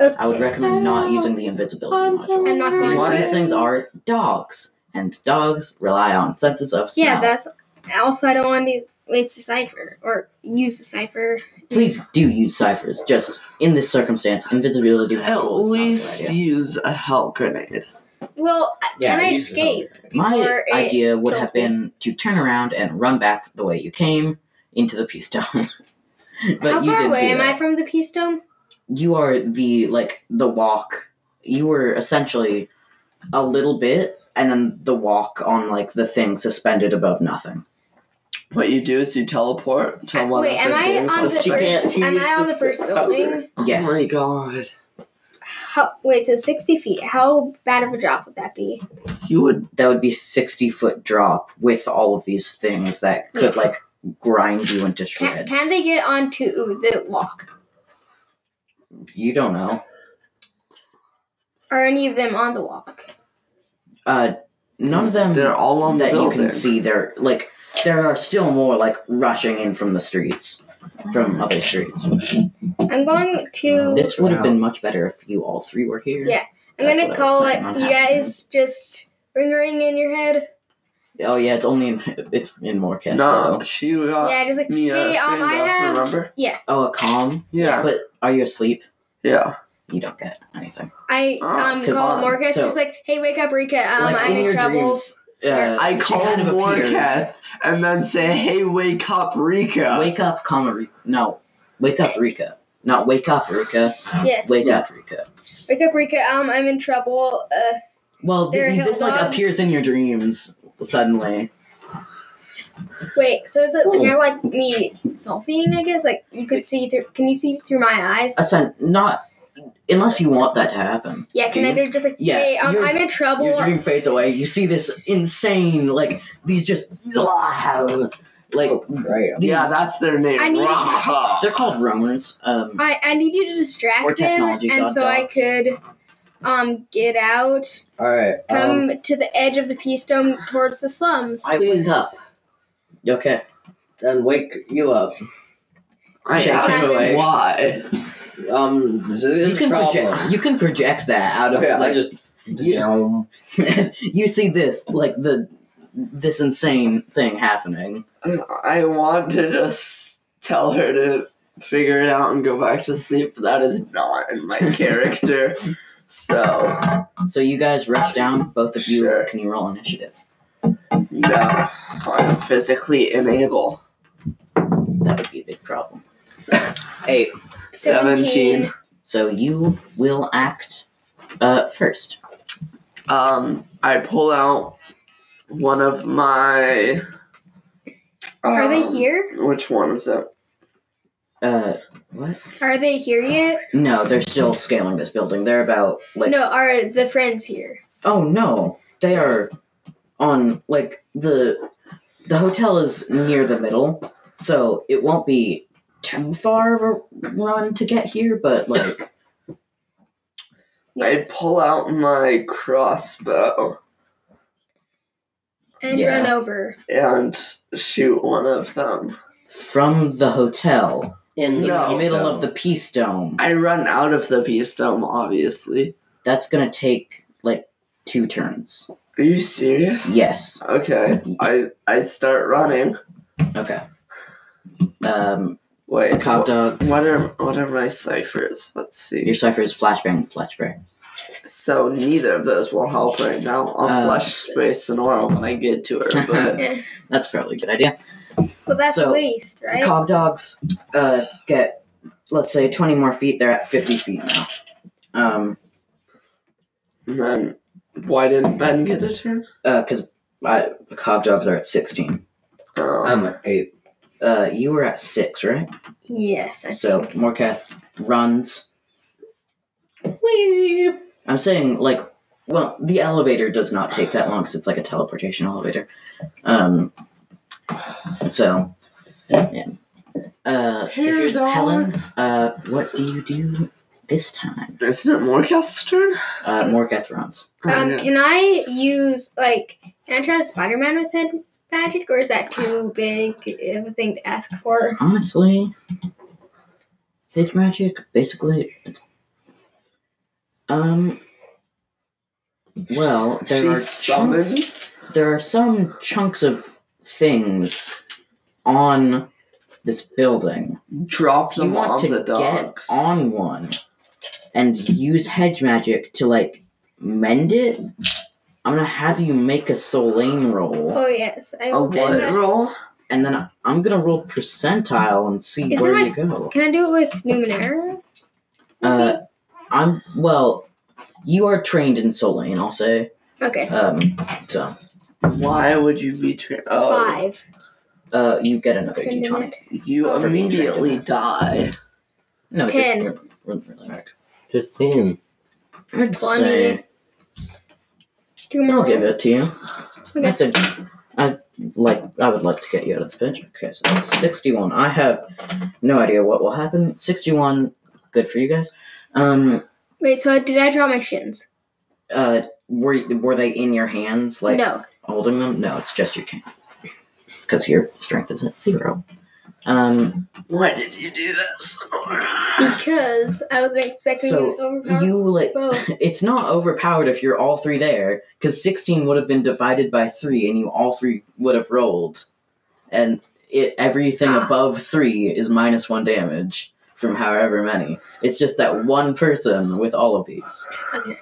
Speaker 2: Okay.
Speaker 1: I would recommend not using the invisibility module.
Speaker 2: I'm not going
Speaker 1: Because
Speaker 3: Why?
Speaker 1: these things are dogs, and dogs rely on senses of smell.
Speaker 2: Yeah, that's also I don't want to waste the cipher or use the cipher.
Speaker 1: Please do use ciphers. Just in this circumstance, invisibility module is not a
Speaker 3: At
Speaker 1: good
Speaker 3: least
Speaker 1: idea.
Speaker 3: use a hell grenade.
Speaker 2: Well, I-
Speaker 5: Yeah,
Speaker 2: can I
Speaker 5: use the hell
Speaker 2: escape?
Speaker 1: My
Speaker 2: before it
Speaker 1: idea would
Speaker 2: kills
Speaker 1: have been to turn around and run back the way you came into the peace dome. [laughs] but
Speaker 2: How
Speaker 1: you
Speaker 2: far
Speaker 1: did
Speaker 2: away
Speaker 1: do
Speaker 2: am I
Speaker 1: that.
Speaker 2: from the Peace Dome?
Speaker 1: You are the like the walk. You were essentially a little bit and then the walk on like the thing suspended above nothing.
Speaker 3: What you do is you teleport to one
Speaker 2: Uh, Wait,
Speaker 3: of
Speaker 2: am
Speaker 3: the
Speaker 2: I on
Speaker 3: things
Speaker 2: the
Speaker 3: that's-
Speaker 2: first?
Speaker 4: you can't
Speaker 2: Am
Speaker 4: use
Speaker 2: I on
Speaker 4: the
Speaker 2: the first
Speaker 4: power.
Speaker 2: building?
Speaker 1: Yes.
Speaker 3: Oh my god.
Speaker 2: How, wait, so sixty feet. How bad of a drop would that be?
Speaker 3: You would
Speaker 1: That would be 60 foot drop with all of these things that could like grind you into
Speaker 2: Can,
Speaker 1: shreds.
Speaker 2: can they get onto the walk?
Speaker 1: You don't know.
Speaker 2: Are any of them on the walk?
Speaker 1: Uh none of them
Speaker 3: they're all on the
Speaker 1: that you
Speaker 3: building.
Speaker 1: can see there like there are still more like rushing in from the streets from other streets
Speaker 2: I'm going to.
Speaker 1: this would have been much better if you all three were here
Speaker 2: Yeah. I'm
Speaker 1: that's
Speaker 2: gonna
Speaker 1: what I was
Speaker 2: call it.
Speaker 1: planning on
Speaker 2: You
Speaker 1: having.
Speaker 2: guys just ring ring in your head.
Speaker 1: oh yeah it's only in [laughs] it's in Morcast
Speaker 3: No,
Speaker 1: though.
Speaker 3: she got
Speaker 2: yeah, just like
Speaker 1: uh,
Speaker 3: me a
Speaker 2: hey, um,
Speaker 3: thing,
Speaker 2: I
Speaker 3: though,
Speaker 2: have.
Speaker 3: remember?
Speaker 1: oh a calm
Speaker 3: Yeah.
Speaker 1: but are you asleep
Speaker 3: Yeah.
Speaker 1: you don't get anything
Speaker 2: I
Speaker 3: Oh,
Speaker 2: um
Speaker 1: Ah, come
Speaker 2: call
Speaker 3: on.
Speaker 2: Morcast.
Speaker 1: So-
Speaker 2: just like, hey, wake up, Rika. Um,
Speaker 1: like
Speaker 2: I'm
Speaker 1: in
Speaker 2: in,
Speaker 1: your
Speaker 2: trouble.
Speaker 1: dreams uh,
Speaker 3: I
Speaker 1: she
Speaker 3: call
Speaker 1: kind of appears.
Speaker 3: Morcath and then say, hey, wake up, Rika.
Speaker 1: wake up comma Re- no wake up Rika not wake up Rika
Speaker 2: Yeah.
Speaker 1: wake up Rika
Speaker 2: Wake up, Rika. Um, I'm in trouble. Uh,
Speaker 1: well th-
Speaker 2: There are
Speaker 1: this like
Speaker 2: dogs.
Speaker 1: appears in your dreams suddenly
Speaker 2: wait. So is it
Speaker 1: Ooh.
Speaker 2: kind of like me selfieing? I guess like you could see through. Can you see through my eyes?
Speaker 1: Ascent, not unless you want that to happen.
Speaker 2: Yeah. Can I
Speaker 1: do
Speaker 2: do just like,
Speaker 1: Yeah,
Speaker 2: hey, um,
Speaker 1: your-
Speaker 2: I'm in trouble.
Speaker 1: Your dream fades away. You see this insane, like these just like
Speaker 5: Right.
Speaker 1: these,
Speaker 3: yeah, that's their name.
Speaker 2: I need- [laughs]
Speaker 1: they're called roamers. Um,
Speaker 2: I, I need you to
Speaker 1: Or
Speaker 2: distract him,
Speaker 1: technology
Speaker 2: and
Speaker 1: god
Speaker 2: so I
Speaker 1: dogs.
Speaker 2: could um get out,
Speaker 5: Alright. Um,
Speaker 2: come to the edge of the peace dome towards the slums.
Speaker 1: I wake up. Okay,
Speaker 5: then wake you up.
Speaker 3: I
Speaker 1: Shake
Speaker 3: asked
Speaker 2: him
Speaker 1: awake.
Speaker 3: why.
Speaker 5: Um this is
Speaker 1: you can
Speaker 5: a problem.
Speaker 1: project. You can project that out of
Speaker 5: Okay, I
Speaker 1: like.
Speaker 5: just you know
Speaker 1: [laughs] you see this like the this insane thing happening.
Speaker 3: I want to just tell her to figure it out and go back to sleep. That is not in my
Speaker 1: [laughs]
Speaker 3: character. So
Speaker 1: So you guys rush down. Both of you.
Speaker 3: Sure.
Speaker 1: Can you roll initiative?
Speaker 3: no, I'm physically unable.
Speaker 1: That would be a big problem. Eight.
Speaker 3: Seventeen.
Speaker 1: So you will act uh, first.
Speaker 3: Um, I pull out one of my.
Speaker 2: Are they
Speaker 3: um,
Speaker 2: here?
Speaker 3: Which one is it?
Speaker 1: Uh, what?
Speaker 2: Are they here yet?
Speaker 1: No, they're still scaling this building. They're about like.
Speaker 2: no, are the friends here?
Speaker 1: Oh no, they are on like the the hotel is near the middle, so it won't be too far of a run to get here. But like,
Speaker 3: I pull out my crossbow
Speaker 2: And
Speaker 1: Yeah.
Speaker 2: run over.
Speaker 3: and shoot one of them.
Speaker 1: from the hotel
Speaker 5: In
Speaker 1: in
Speaker 3: No.
Speaker 1: the middle of the Peace Dome,
Speaker 3: I run out of the peace dome, obviously.
Speaker 1: that's gonna take like two turns.
Speaker 3: Are you serious?
Speaker 1: Yes.
Speaker 3: Okay. I I start running.
Speaker 1: Okay. Um,
Speaker 3: Wait.
Speaker 1: cop dogs.
Speaker 3: What are what are my ciphers? Let's see.
Speaker 1: Your cipher is flashbang and flashbang.
Speaker 3: So neither of those will help right now. I'll
Speaker 1: Uh,
Speaker 3: flush space and aura when I get to her. [laughs] But
Speaker 2: Eh,
Speaker 1: That's probably a good idea.
Speaker 2: Well, that's
Speaker 1: So,
Speaker 2: waste, right?
Speaker 1: Cog dogs uh, get, let's say, 20 more feet. They're at 50 feet now. Um,
Speaker 3: and then why didn't Ben get a turn?
Speaker 1: because uh, I cog dogs are at 16.
Speaker 3: Oh,
Speaker 5: I'm at eight.
Speaker 1: Uh, you were at six, right?
Speaker 2: yes. I
Speaker 1: So
Speaker 2: think.
Speaker 1: Morcath runs. Whee! I'm saying like, well, the elevator does not take that long because it's like a teleportation elevator. Um, so, yeah. Uh, if
Speaker 3: Here,
Speaker 1: you're
Speaker 3: dog.
Speaker 1: Helen, uh, what do you do this time?
Speaker 3: isn't it Morcath's turn?
Speaker 1: Uh, Morcath runs.
Speaker 2: Um,
Speaker 3: yeah.
Speaker 2: can I use like? Can I try Spider Man with head magic, or is that too big of a thing to ask for?
Speaker 1: Honestly, hit magic basically. It's, um. Well, there are
Speaker 3: She's
Speaker 1: chunks-
Speaker 3: summoned.
Speaker 1: there are some chunks of things on this building.
Speaker 3: Drop
Speaker 1: You
Speaker 3: them on
Speaker 1: want to
Speaker 3: the
Speaker 1: get
Speaker 3: dogs.
Speaker 1: on one and use hedge magic to like mend it. I'm gonna have you make a Solane roll,
Speaker 2: Oh yes, I
Speaker 3: a
Speaker 2: will. do
Speaker 3: what
Speaker 2: that.
Speaker 3: roll?
Speaker 1: and then I'm gonna roll percentile and see
Speaker 2: Isn't
Speaker 1: where
Speaker 2: that-
Speaker 1: you go.
Speaker 2: Can I do it with Numenera?
Speaker 1: Uh, I'm well. You are trained in Solane, I'll say.
Speaker 2: okay,
Speaker 1: Um, so
Speaker 3: Why would you be tra- Oh,
Speaker 2: five.
Speaker 1: uh, you get another
Speaker 2: Couldn't do
Speaker 1: d20.
Speaker 2: it.
Speaker 3: you
Speaker 1: For being
Speaker 3: immediately
Speaker 1: trained
Speaker 3: die.
Speaker 1: No, it
Speaker 2: Ten.
Speaker 1: just wouldn't really matter.
Speaker 5: Fifteen.
Speaker 1: I'd
Speaker 2: Twenty.
Speaker 1: say-
Speaker 2: Two more.
Speaker 1: I'll give
Speaker 2: rolls.
Speaker 1: it to you.
Speaker 2: Okay.
Speaker 1: I think I like. I would like to get you out of this bench. Okay, so that's sixty-one. I have no idea what will happen. Sixty-one. Good for you guys. Um.
Speaker 2: Wait, so did I draw my shins?
Speaker 1: Uh. Were Were they in your hands? Like
Speaker 2: no.
Speaker 1: holding them? No, it's just your cane. Because your strength is at zero. Um.
Speaker 3: Why did you do this, Nora?
Speaker 2: Because I wasn't expecting
Speaker 1: So,
Speaker 2: an overpower.
Speaker 1: You like.
Speaker 2: Well,
Speaker 1: [laughs] It's not overpowered if you're all three there, because 16 would have been divided by 3 and you all three would have rolled. And it, everything
Speaker 2: Ah.
Speaker 1: above 3 is minus 1 damage from however many. It's just that one person with all of these.
Speaker 2: Okay.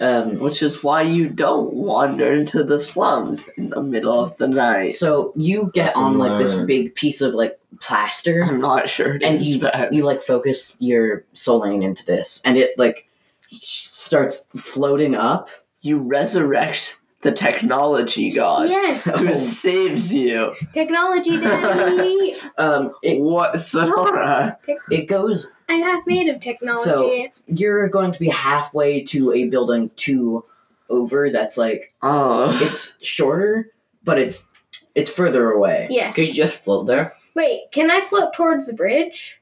Speaker 1: Um,
Speaker 3: Which is why you don't wander into the slums in the middle of the night.
Speaker 1: so you get
Speaker 5: That's
Speaker 1: on like this
Speaker 5: alright.
Speaker 1: big piece of like plaster.
Speaker 3: I'm not sure. it
Speaker 1: and
Speaker 3: is
Speaker 1: you
Speaker 3: bad.
Speaker 1: you like focus your soul lane into this, and it like s- starts floating up.
Speaker 3: you resurrect the technology god
Speaker 2: yes,
Speaker 3: who
Speaker 1: Oh.
Speaker 3: saves you.
Speaker 2: technology,
Speaker 1: [laughs]
Speaker 2: daddy.
Speaker 1: Um, it
Speaker 3: what, Sonora?
Speaker 1: it goes
Speaker 2: I'm half made of technology.
Speaker 1: you're going to be halfway to a building two over that's like
Speaker 3: Oh,
Speaker 1: it's shorter but it's it's further away
Speaker 2: yeah.
Speaker 5: Could you just float there?
Speaker 2: Wait, can I float towards the bridge?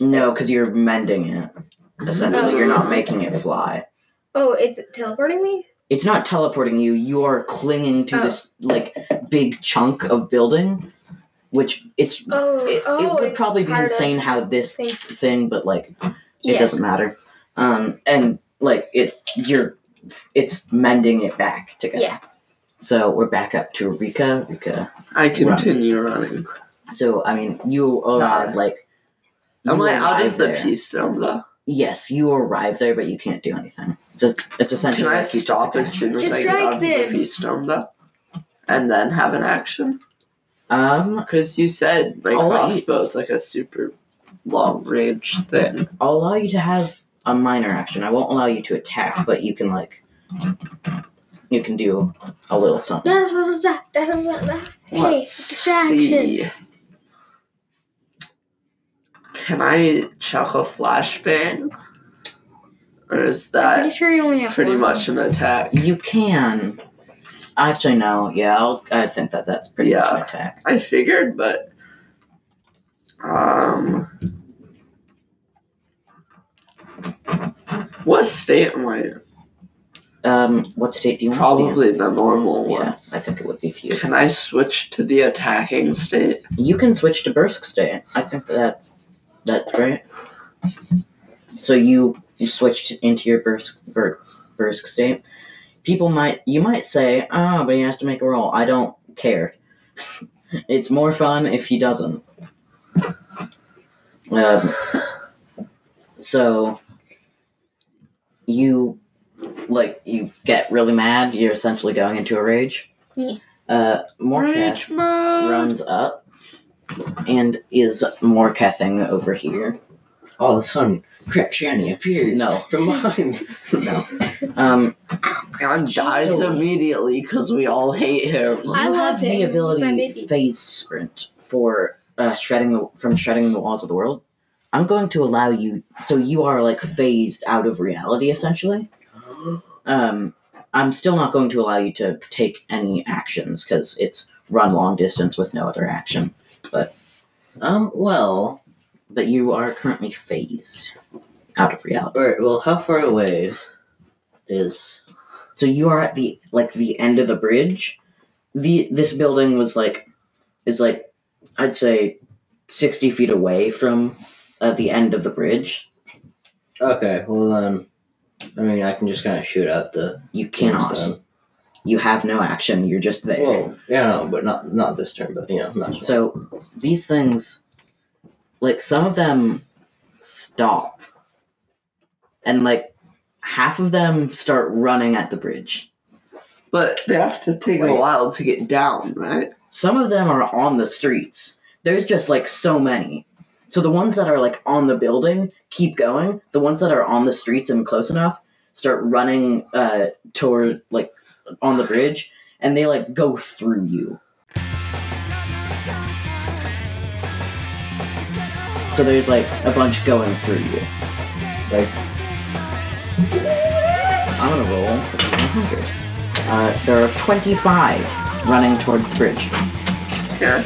Speaker 1: no because you're mending it essentially
Speaker 2: Oh.
Speaker 1: you're not making it fly
Speaker 2: Oh, is it teleporting me?
Speaker 1: it's not teleporting you you are clinging to
Speaker 2: Oh.
Speaker 1: this like big chunk of building which it's
Speaker 2: Oh,
Speaker 1: it,
Speaker 2: oh,
Speaker 1: it would
Speaker 2: it's
Speaker 1: probably be
Speaker 2: part of
Speaker 1: insane how this
Speaker 2: thing.
Speaker 1: thing but like it
Speaker 2: Yeah.
Speaker 1: doesn't matter um and like it you're it's mending it back together
Speaker 2: Yeah.
Speaker 1: so we're back up to rika rika
Speaker 3: I continue running.
Speaker 1: so i mean you all
Speaker 3: Ah.
Speaker 1: have like
Speaker 3: Am
Speaker 1: You
Speaker 3: I out
Speaker 1: arrive
Speaker 3: of the
Speaker 1: there.
Speaker 3: peace dome though?
Speaker 1: Yes, you arrive there, but you can't do anything. It's a, it's
Speaker 3: Can
Speaker 1: essentially.
Speaker 3: I
Speaker 1: a peace
Speaker 3: stop
Speaker 1: dome
Speaker 3: as soon as
Speaker 2: Just
Speaker 3: I get
Speaker 2: strike
Speaker 3: out of the
Speaker 2: them.
Speaker 3: peace dome though? And then have an action?
Speaker 1: Um,
Speaker 3: Because you said my
Speaker 1: I'll let you-
Speaker 3: crossbow's like a super long range thing.
Speaker 1: I'll allow you to have a minor action. I won't allow you to attack, but you can like, you can do a little something.
Speaker 2: [laughs] Hey,
Speaker 3: Let's see. Can I chuck a flashbang? Or is
Speaker 2: I'm pretty
Speaker 3: that
Speaker 2: sure you only have
Speaker 3: pretty
Speaker 2: one.
Speaker 3: much an attack?
Speaker 1: You can. Actually, no. Yeah, I'll, I think that that's pretty much an
Speaker 3: Yeah.
Speaker 1: attack.
Speaker 3: I figured, but um, what state am I in?
Speaker 1: Um, what state do you want? To
Speaker 3: Probably the normal
Speaker 1: be in?
Speaker 3: one.
Speaker 1: Yeah, I think it would be few.
Speaker 3: Can I switch to the attacking state?
Speaker 1: You can switch to Bursk State. I think that's that's right. So you you switched into your Bursk Bur- Bursk State. People might you might say, "Ah, but he has to make a roll." I don't care. [laughs] it's more fun if he doesn't. Um, so you like you get really mad. You're essentially going into a rage.
Speaker 2: Yeah.
Speaker 1: Uh, Morcath
Speaker 3: Rage mode.
Speaker 1: runs up and is more cathing over here.
Speaker 5: All of a sudden, Crap Shiny appears
Speaker 1: No.
Speaker 5: from behind. [laughs]
Speaker 1: No. Um,
Speaker 3: John dies
Speaker 1: So-
Speaker 3: immediately because we all hate him.
Speaker 1: you
Speaker 2: I
Speaker 1: have
Speaker 2: love
Speaker 1: the
Speaker 2: him. He's my
Speaker 1: ability
Speaker 2: baby.
Speaker 1: phase sprint for uh, shredding the from shredding the walls of the world. I'm going to allow you so you are like phased out of reality essentially. Um, I'm still not going to allow you to take any actions because it's run long distance with no other action.
Speaker 5: um, well,
Speaker 1: But you are currently phased out of reality.
Speaker 5: or, well, how far away is.
Speaker 1: So you are at the like the end of the bridge. The this building was like is like I'd say sixty feet away from uh, the end of the bridge.
Speaker 5: Okay, well, um, I mean, I can just kind of shoot out the.
Speaker 1: You cannot.
Speaker 5: Stone.
Speaker 1: You have no action. You're just there.
Speaker 5: Well, yeah, no, but not not this turn, but, you know, not so.
Speaker 1: So these things, like some of them, stop, and like half of them start running at the bridge.
Speaker 3: But they have to take a
Speaker 1: Wait.
Speaker 3: while to get down, right?
Speaker 1: Some of them are on the streets. There's just like so many. So the ones that are like on the building keep going. The ones that are on the streets and close enough start running uh toward like on the bridge and they like go through you. So there's like a bunch going through you.
Speaker 5: Like,
Speaker 1: I'm gonna roll to be 100. Uh, there are 25 running towards the bridge.
Speaker 3: Okay.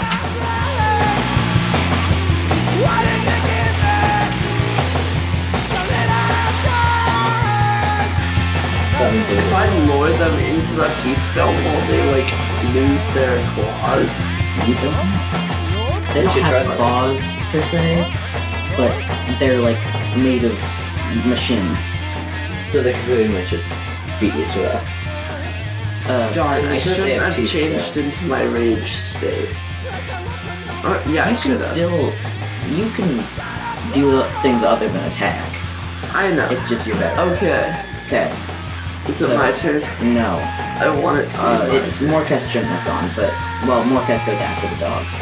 Speaker 3: If I lure them into the peace dome, will they like lose their claws?
Speaker 1: You don't. They don't
Speaker 5: should try
Speaker 1: have
Speaker 5: that.
Speaker 1: claws per se, but they're like made of machine.
Speaker 5: so they could really much just beat you to death.
Speaker 1: Uh,
Speaker 3: Darn,
Speaker 5: You
Speaker 3: I
Speaker 5: said
Speaker 3: should
Speaker 5: they have
Speaker 3: have
Speaker 5: teeth,
Speaker 3: changed into my rage state. Uh, yeah, I
Speaker 1: you
Speaker 3: should
Speaker 1: can
Speaker 3: have.
Speaker 1: still, you can do things other than attack.
Speaker 3: I know.
Speaker 1: It's just you're better.
Speaker 3: Okay,
Speaker 1: Okay,
Speaker 3: is
Speaker 1: So-
Speaker 3: it my turn?
Speaker 1: no.
Speaker 3: I want it to be
Speaker 1: Uh,
Speaker 3: my
Speaker 1: it, Morketh shouldn't have gone, but well, Morketh goes after the dogs.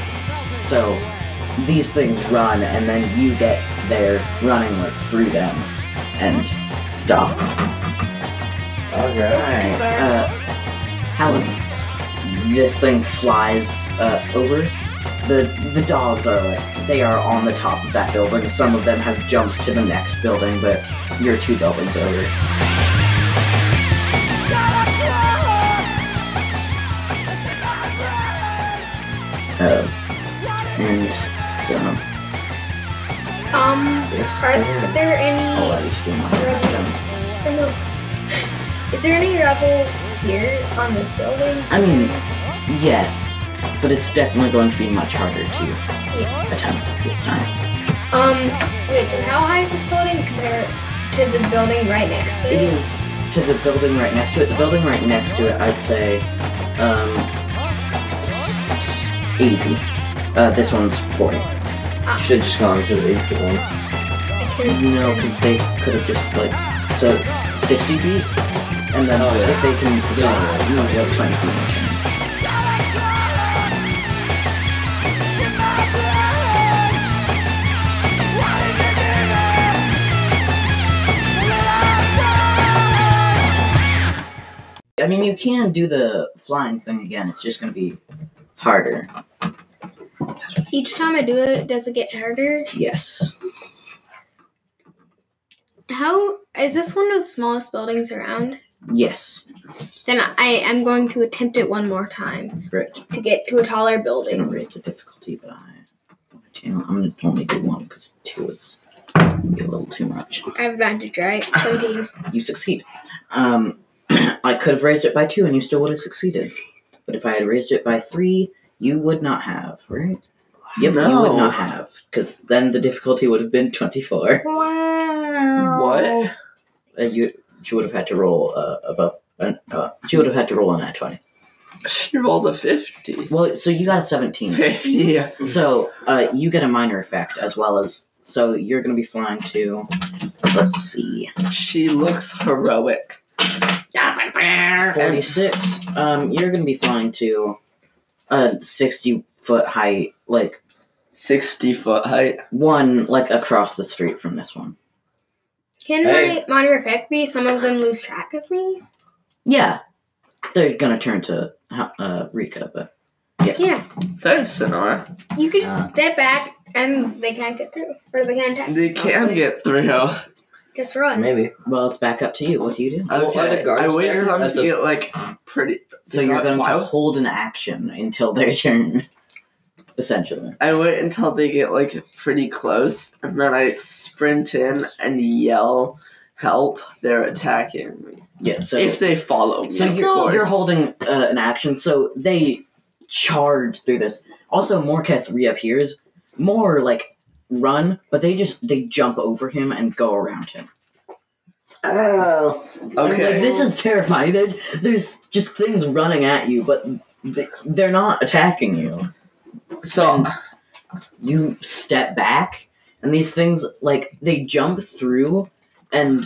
Speaker 1: So these things run, and then you get there running like through them and stop.
Speaker 5: Alright.
Speaker 1: Uh, Helen, this thing flies uh, over. The the dogs are like they are on the top of that building. Some of them have jumped to the next building, but you're two buildings over. Um, and so
Speaker 2: Um, are there
Speaker 1: I'll
Speaker 2: any?
Speaker 1: allow you to do my action.
Speaker 2: [laughs] Is there any rubble here on this building?
Speaker 1: I mean, yes, but it's definitely going to be much harder to attempt this time.
Speaker 2: Um, wait, so how high is this building compared to the building right next to
Speaker 1: It
Speaker 2: it?
Speaker 1: is to the building right next to it. The building right next to it, I'd say, um, s- 80 feet. Uh, this one's 40.
Speaker 5: You should just go into the eighth one.
Speaker 2: I can
Speaker 1: No, because they could have just like so sixty feet, and then
Speaker 5: Oh, yeah.
Speaker 1: if they can,
Speaker 5: Yeah.
Speaker 1: no, they're like twenty feet. I mean, you can do the flying thing again. It's just gonna be harder.
Speaker 2: Each time I do it, does it get harder?
Speaker 1: Yes.
Speaker 2: How is this one of the smallest buildings around?
Speaker 1: Yes.
Speaker 2: Then I am going to attempt it one more time
Speaker 1: Correct.
Speaker 2: to get to a taller
Speaker 1: I didn't
Speaker 2: building.
Speaker 1: raise the difficulty, but I. I'm gonna only do one because two is be a little too much.
Speaker 2: I have advantage, right? 17.
Speaker 1: You succeed. Um, [clears throat] I could have raised it by two, and you still would have succeeded. But if I had raised it by three, you would not have, right? Yep, you would
Speaker 3: No.
Speaker 1: not have, because then the difficulty would have been twenty-four.
Speaker 2: Wow.
Speaker 3: What?
Speaker 1: Uh, you, she would have had to roll uh, above. Uh, uh, she would have had to roll on that twenty.
Speaker 3: She rolled a 50.
Speaker 1: Well, so you got a seventeen.
Speaker 3: 50.
Speaker 1: So uh, you get a minor effect as well as so you're gonna be flying to. Let's see,
Speaker 3: She looks heroic.
Speaker 1: forty six. Um, you're gonna be flying to a sixty foot height, like
Speaker 3: 60 foot height.
Speaker 1: one like across the street from this one.
Speaker 2: Can
Speaker 5: Hey.
Speaker 2: my minor effect be some of them lose track of me?
Speaker 1: Yeah, they're gonna turn to uh, Rika, but yes,
Speaker 2: Yeah.
Speaker 3: Thanks, Sonora.
Speaker 2: You could
Speaker 5: Yeah.
Speaker 2: step back and they can't get through. Or they can't attack.
Speaker 3: They can get through. Okay.
Speaker 2: Just run.
Speaker 5: Maybe.
Speaker 1: Well, it's back up to you. What do you do?
Speaker 5: Well, are the guards
Speaker 3: I wait
Speaker 5: there
Speaker 3: for them
Speaker 5: at
Speaker 3: to
Speaker 5: the-
Speaker 3: get like pretty.
Speaker 1: So you're
Speaker 3: Not
Speaker 1: going to
Speaker 3: wild.
Speaker 1: hold an action until their [laughs] turn, essentially.
Speaker 3: I wait until they get like pretty close, and then I sprint in and yell, "Help! They're attacking me!"
Speaker 1: Yeah. So
Speaker 3: if they follow me,
Speaker 1: so
Speaker 3: of
Speaker 1: you're,
Speaker 3: course.
Speaker 1: you're holding uh, an action. So they charge through this. Also, Morketh reappears. More like run, but they just they jump over him and go around him.
Speaker 5: Oh.
Speaker 3: Okay.
Speaker 1: Like, this is terrifying. There- there's just things running at you, but th- they're not attacking you.
Speaker 3: so
Speaker 1: you step back and these things like they jump through and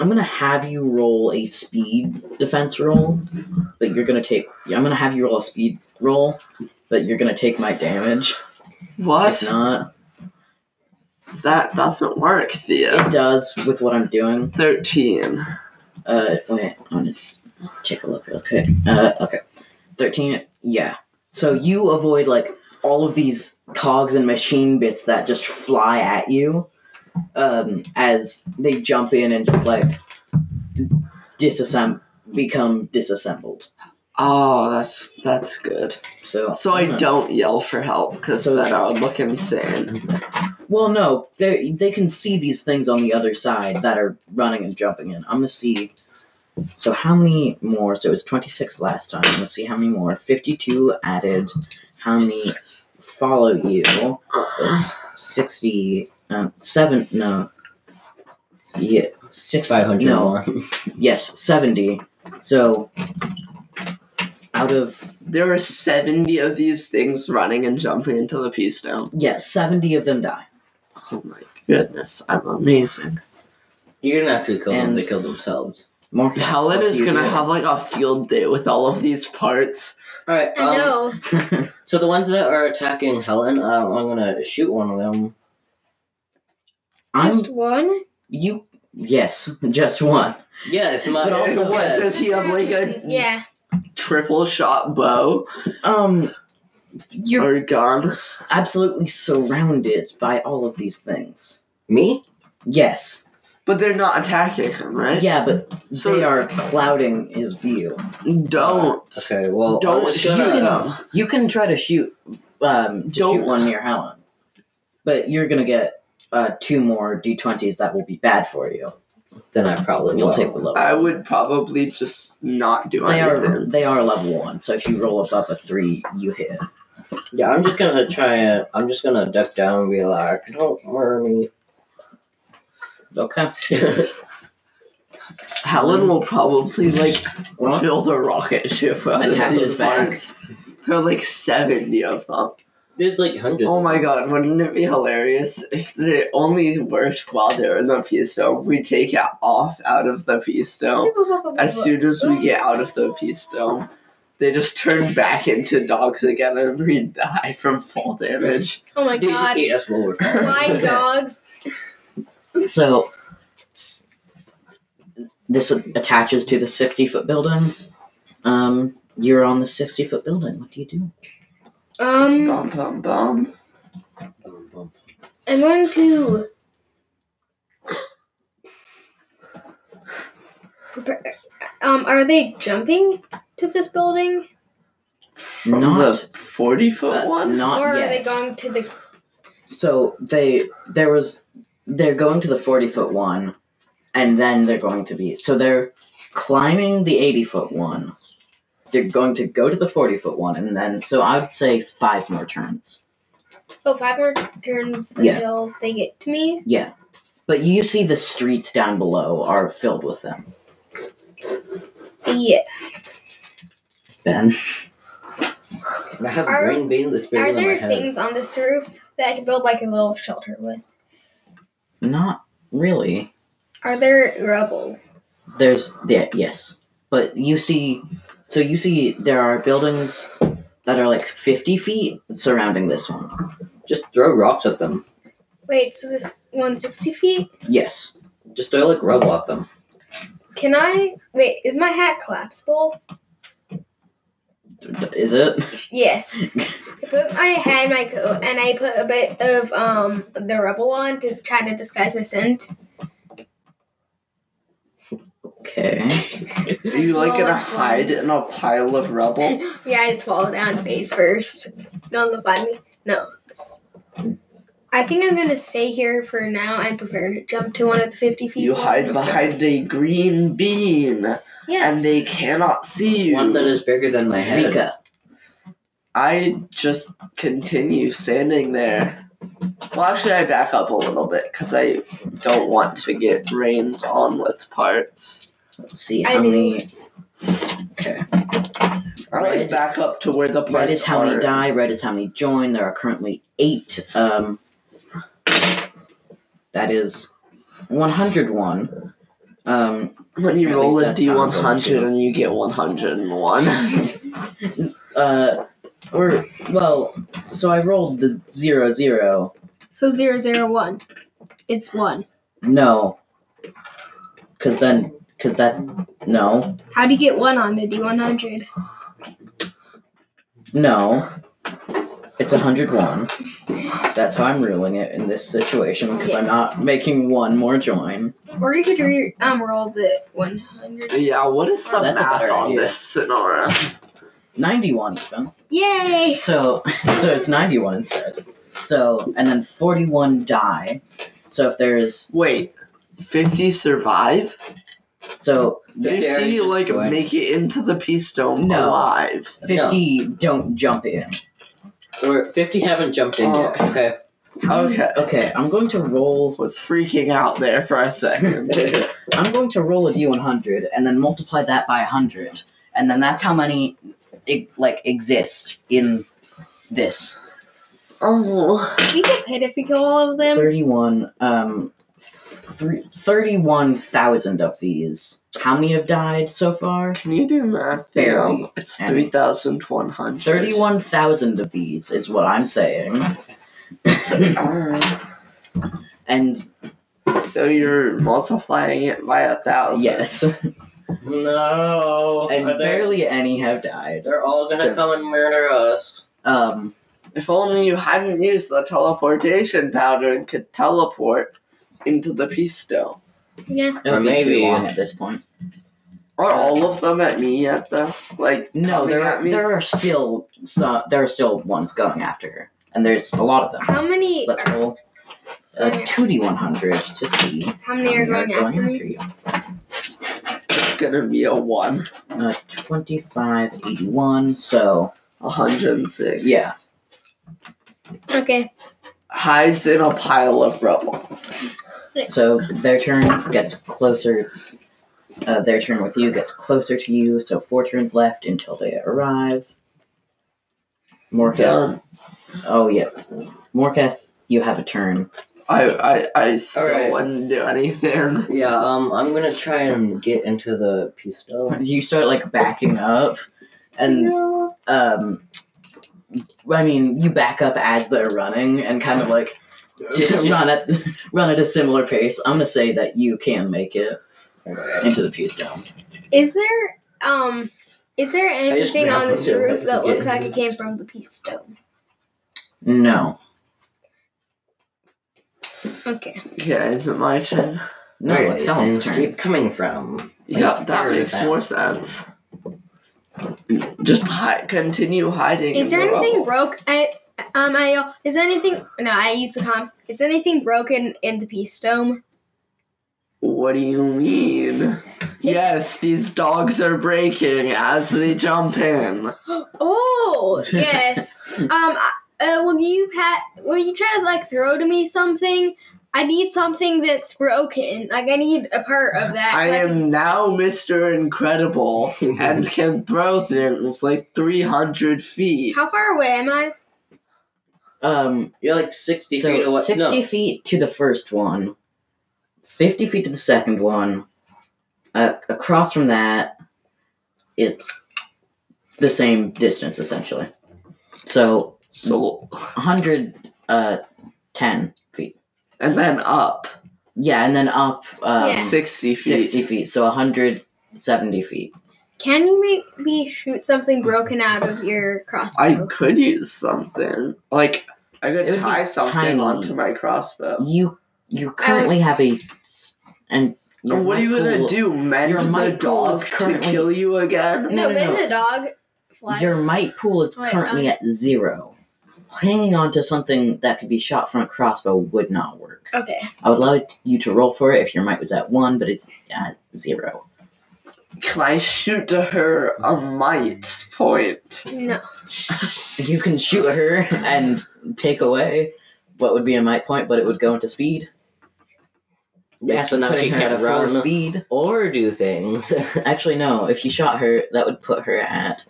Speaker 1: i'm gonna have you roll a speed defense roll but you're gonna take yeah, i'm gonna have you roll a speed roll but you're gonna take my damage
Speaker 3: what?
Speaker 1: if not
Speaker 3: That doesn't work, Theo.
Speaker 1: it does with what i'm doing
Speaker 3: Thirteen.
Speaker 1: uh wait i'm gonna take a look real quick uh okay 13 yeah so you avoid like all of these cogs and machine bits that just fly at you um as they jump in and just like disassemble become disassembled
Speaker 3: Oh, that's that's good.
Speaker 1: so
Speaker 3: So I don't yell for help because
Speaker 1: So-
Speaker 3: then I would look insane.
Speaker 1: well no they they can see these things on the other side that are running and jumping in i'm gonna see so how many more so it was 26 last time let's see how many more 52 added how many follow you was 60, um, seven, no, yeah, 60,
Speaker 5: 500
Speaker 1: no,
Speaker 5: more. [laughs]
Speaker 1: yes, 70. So, out of,
Speaker 3: There are seventy of these things running and jumping into the peace dome.
Speaker 1: yeah, 70 of them die.
Speaker 3: Oh my goodness, I'm amazing.
Speaker 5: You didn't actually kill them,
Speaker 1: And-
Speaker 5: they killed themselves.
Speaker 1: More
Speaker 3: Helen
Speaker 1: What
Speaker 3: is
Speaker 1: do you
Speaker 3: gonna
Speaker 1: do?
Speaker 3: have like a field day with all of these parts.
Speaker 5: Alright,
Speaker 2: I
Speaker 5: um,
Speaker 2: know.
Speaker 5: so the ones that are attacking Helen, um, I'm gonna shoot one of them.
Speaker 1: [laughs] I'm,
Speaker 2: Just one?
Speaker 1: you, yes, [laughs] just one.
Speaker 5: Yeah, it's my.
Speaker 1: But also
Speaker 3: what
Speaker 5: [laughs] yes.
Speaker 3: does he have like a
Speaker 2: Yeah.
Speaker 3: triple shot bow
Speaker 1: Um, you're
Speaker 3: or gun?
Speaker 1: absolutely surrounded by all of these things.
Speaker 5: Me?
Speaker 1: Yes.
Speaker 3: But they're not attacking him, right?
Speaker 1: Yeah, but
Speaker 3: So-
Speaker 1: they are clouding his view.
Speaker 3: Don't.
Speaker 5: Okay, well, I'm
Speaker 3: Don't
Speaker 5: just
Speaker 3: shoot
Speaker 5: gonna,
Speaker 3: them.
Speaker 1: You can try to shoot um to
Speaker 3: Don't-
Speaker 1: shoot one near Helen. But you're gonna get uh two more D twenties that will be bad for you.
Speaker 5: Then I probably
Speaker 1: You'll
Speaker 5: will.
Speaker 1: take the level.
Speaker 3: I would probably just not do
Speaker 1: they are
Speaker 3: anything.
Speaker 1: they are level one, so if you roll above a three, you hit.
Speaker 5: Yeah, I'm just gonna try it. I'm just gonna duck down and be like,
Speaker 4: [laughs]
Speaker 5: don't worry
Speaker 1: Okay.
Speaker 5: me.
Speaker 3: Helen will probably like
Speaker 1: Well,
Speaker 3: build a rocket ship out of
Speaker 1: Attack
Speaker 3: these
Speaker 1: his back.
Speaker 3: parts. There are like seventy of them.
Speaker 4: There's like hundreds.
Speaker 3: Oh my god, wouldn't it be hilarious if they only worked while they were in the peace dome? We take it off out of the peace dome. As soon as we get out of the peace dome, they just turn back into dogs again and we die from fall damage.
Speaker 2: Oh my
Speaker 5: They just
Speaker 2: god.
Speaker 5: ate us while [laughs] we're
Speaker 2: Blind dogs.
Speaker 1: So s- this attaches to the sixty foot building. Um, you're on the sixty foot building. What do you do?
Speaker 2: Um,
Speaker 3: Bum bum bum.
Speaker 5: Bum, bum.
Speaker 2: I'm going to. Prepare- Um, are they jumping to this building,
Speaker 3: From
Speaker 1: Not-
Speaker 3: the 40 foot
Speaker 1: Uh,
Speaker 3: one?
Speaker 1: Not
Speaker 2: or
Speaker 1: yet.
Speaker 2: are they going to the?
Speaker 1: So they there was they're going to the forty foot one, and then they're going to be so they're climbing the eighty foot one. They're going to go to the forty foot one, and then so I would say five more turns.
Speaker 2: Oh, five more turns
Speaker 1: Yeah.
Speaker 2: until they get to me.
Speaker 1: Yeah, but you see the streets down below are filled with them.
Speaker 2: Yeah.
Speaker 1: Ben,
Speaker 5: I have
Speaker 2: Are-
Speaker 5: a brain beam that's
Speaker 2: Are
Speaker 5: bigger than my
Speaker 2: there
Speaker 5: head.
Speaker 2: things on this roof that I can build like a little shelter with?
Speaker 1: not really.
Speaker 2: Are there rubble?
Speaker 1: There's yeah, yes, but you see, so you see there are buildings that are like fifty feet surrounding this one.
Speaker 5: Just throw rocks at them.
Speaker 2: Wait, so this 160 feet?
Speaker 1: Yes.
Speaker 5: Just throw like rubble at them.
Speaker 2: Can I? Wait, is my hat collapsible?
Speaker 1: Is it?
Speaker 3: [laughs]
Speaker 2: Yes. I put my hat in my coat and I put a bit of um the rubble on to try to disguise my scent.
Speaker 1: Okay.
Speaker 3: Are you like
Speaker 2: Smell
Speaker 3: gonna
Speaker 2: like
Speaker 3: hide
Speaker 2: slugs.
Speaker 3: in a pile of rubble?
Speaker 2: Yeah, I just fall down face first. Don't look at me. No. I think I'm gonna stay here for now and prepare to jump to one of the 50 feet.
Speaker 3: You hide behind a green bean
Speaker 2: Yes.
Speaker 3: and they cannot see
Speaker 5: One that
Speaker 3: you.
Speaker 5: is bigger than my head.
Speaker 1: Rika.
Speaker 3: I just continue standing there. Well, actually, I back up a little bit because I don't want to get rained on with parts.
Speaker 1: Let's see
Speaker 2: I
Speaker 1: how
Speaker 2: do.
Speaker 1: many.
Speaker 3: I like back up to where the parts
Speaker 1: Red is how
Speaker 3: are.
Speaker 1: many die. Red is how many join. There are currently eight. Um, that is 101. Um,
Speaker 3: When you
Speaker 1: At
Speaker 3: roll
Speaker 1: least
Speaker 3: a
Speaker 1: that's how I'm going
Speaker 3: d100
Speaker 1: to.
Speaker 3: and you
Speaker 1: [laughs]
Speaker 3: get 101.
Speaker 1: uh, or well, so I rolled the zero zero.
Speaker 2: So zero zero one. It's one.
Speaker 1: No, because then because that's no
Speaker 2: How do you get one on the D one hundred?
Speaker 1: no. It's 101. That's how I'm ruling it in this situation because I'm not making one more join.
Speaker 2: Or you could re- um roll the one hundred.
Speaker 3: yeah, what is the
Speaker 1: That's a
Speaker 3: math
Speaker 1: better
Speaker 3: on
Speaker 1: idea.
Speaker 3: this scenario?
Speaker 1: 91 even.
Speaker 2: Yay!
Speaker 1: So so it's 91 instead. So and then 41 die. So if there's
Speaker 3: Wait, 50 survive?
Speaker 1: so
Speaker 5: They dare
Speaker 3: 50
Speaker 5: just
Speaker 3: like
Speaker 5: join.
Speaker 3: make it into the peace dome
Speaker 1: No.
Speaker 3: alive.
Speaker 1: 50 don't jump in.
Speaker 5: Or 50 haven't jumped in yet.
Speaker 3: Oh.
Speaker 5: Okay.
Speaker 3: Okay.
Speaker 1: Okay, I'm going to roll
Speaker 3: Was freaking out there for a second.
Speaker 1: I'm going to roll a d100 and then multiply that by 100 and then that's how many it, like exist in this.
Speaker 3: oh.
Speaker 2: We get paid if we kill all of them.
Speaker 1: 31 um three, 31,000 of these. How many have died so far?
Speaker 3: Can you do math?
Speaker 1: Barely.
Speaker 3: Theo? It's
Speaker 1: And-
Speaker 3: 3,100.
Speaker 1: Thirty-one thousand of these is what I'm saying, [laughs]
Speaker 3: Ah,
Speaker 1: and
Speaker 3: so you're multiplying it by a thousand.
Speaker 1: yes, and
Speaker 4: [laughs] No. Are they-
Speaker 1: barely any have died.
Speaker 4: They're all gonna
Speaker 3: So-
Speaker 4: come and murder us.
Speaker 1: Um,
Speaker 3: If only you hadn't used the teleportation powder and could teleport into the peace dome.
Speaker 2: Yeah.
Speaker 1: it would
Speaker 5: Or
Speaker 1: be too
Speaker 5: maybe-
Speaker 1: long at this point.
Speaker 3: Are all of them at me yet, though? Like,
Speaker 1: No,
Speaker 3: coming
Speaker 1: there
Speaker 3: at
Speaker 1: are,
Speaker 3: me?
Speaker 1: there are still some, there are still ones going after her, and there's a lot of them.
Speaker 2: How many?
Speaker 1: Let's roll a two d one hundred to see
Speaker 2: How
Speaker 1: how
Speaker 2: many are going after me?
Speaker 1: you.
Speaker 3: It's gonna be a one.
Speaker 1: Uh, twenty-five eighty-one. So
Speaker 3: 106.
Speaker 1: yeah,
Speaker 2: Okay.
Speaker 3: Hides in a pile of rubble.
Speaker 1: So their turn gets closer. Uh, their turn with you gets closer to you. So four turns left until they arrive. Morka,
Speaker 3: Done.
Speaker 1: Oh yeah, Morketh, you have a turn.
Speaker 3: I I, I still
Speaker 5: Alright.
Speaker 3: wouldn't do anything.
Speaker 5: Yeah, um, I'm gonna try and get into the pistol.
Speaker 1: You start like backing up, and um, I mean you back up as they're running and kind of like
Speaker 4: Just- just-
Speaker 1: [laughs] run at run at a similar pace. I'm gonna say that you can make it into the peace dome.
Speaker 2: Is there um is there
Speaker 5: just
Speaker 2: anything on
Speaker 5: grabbed
Speaker 2: this
Speaker 5: it.
Speaker 2: roof
Speaker 5: Yeah,
Speaker 2: that looks
Speaker 5: yeah.
Speaker 2: like it came from the peace stone?
Speaker 1: No,
Speaker 2: Okay.
Speaker 3: Yeah, is it my turn?
Speaker 1: no,
Speaker 5: Where
Speaker 1: it's
Speaker 5: did
Speaker 1: Helen's
Speaker 5: things
Speaker 1: turn.
Speaker 5: keep coming from?
Speaker 3: Yeah, that
Speaker 5: figure
Speaker 3: makes
Speaker 5: this out.
Speaker 3: more sense. Just hi- continue hiding.
Speaker 2: Is
Speaker 3: in
Speaker 2: there
Speaker 3: the
Speaker 2: anything
Speaker 3: rubble.
Speaker 2: broke? I um I yell, is anything no I use the comms. Is anything broken in the peace dome?
Speaker 3: What do you mean? Yes, these dogs are breaking as they jump in.
Speaker 2: [gasps]
Speaker 5: [laughs]
Speaker 2: Oh yes. um I- uh, will you pat? Will you try to like throw to me something? I need something that's broken. Like I need a part of that.
Speaker 3: I
Speaker 2: so can- [laughs]
Speaker 3: am now Mr. Incredible and can throw things like 300 feet.
Speaker 2: How far away am I?
Speaker 1: Um,
Speaker 5: You're like 60
Speaker 1: so
Speaker 5: feet away.
Speaker 1: 60
Speaker 5: no,
Speaker 1: feet to the first one 50 feet to the second one uh, across from that it's the same distance essentially so
Speaker 3: So,
Speaker 1: 110 feet
Speaker 3: and then up
Speaker 1: yeah and then up um,
Speaker 2: Yeah.
Speaker 3: 60 feet.
Speaker 1: 60 feet so 170 feet
Speaker 2: Can you make me shoot something broken out of your
Speaker 3: I
Speaker 2: crossbow?
Speaker 3: could use something. Like, I
Speaker 1: It would
Speaker 3: could
Speaker 1: be
Speaker 3: tie something
Speaker 1: tiny.
Speaker 3: onto my crossbow.
Speaker 1: you you
Speaker 2: Um,
Speaker 1: currently have a s- and you're
Speaker 3: And what are you
Speaker 1: Michael-
Speaker 3: gonna do? Mend
Speaker 1: your
Speaker 3: the
Speaker 1: might pool
Speaker 3: dog
Speaker 1: is
Speaker 3: to
Speaker 1: currently-
Speaker 3: kill you again?
Speaker 1: No,
Speaker 2: no,
Speaker 1: no,
Speaker 2: but
Speaker 1: no.
Speaker 2: the dog fly.
Speaker 1: Your might pool is
Speaker 2: Wait, um,
Speaker 1: currently at zero. Hanging on to something that could be shot from a crossbow would not work.
Speaker 2: okay.
Speaker 1: I would allow you to roll for it if your might was at one, but it's at zero.
Speaker 3: Can I shoot to her a might point?
Speaker 2: No.
Speaker 1: You can shoot her [laughs] and take away what would be a might point, but it would go into speed.
Speaker 5: Yeah, so now
Speaker 1: Putting
Speaker 5: she
Speaker 1: her
Speaker 5: can't
Speaker 1: at a four
Speaker 5: run.
Speaker 1: speed.
Speaker 5: or do things.
Speaker 1: Actually, no. If you shot her, that would put her at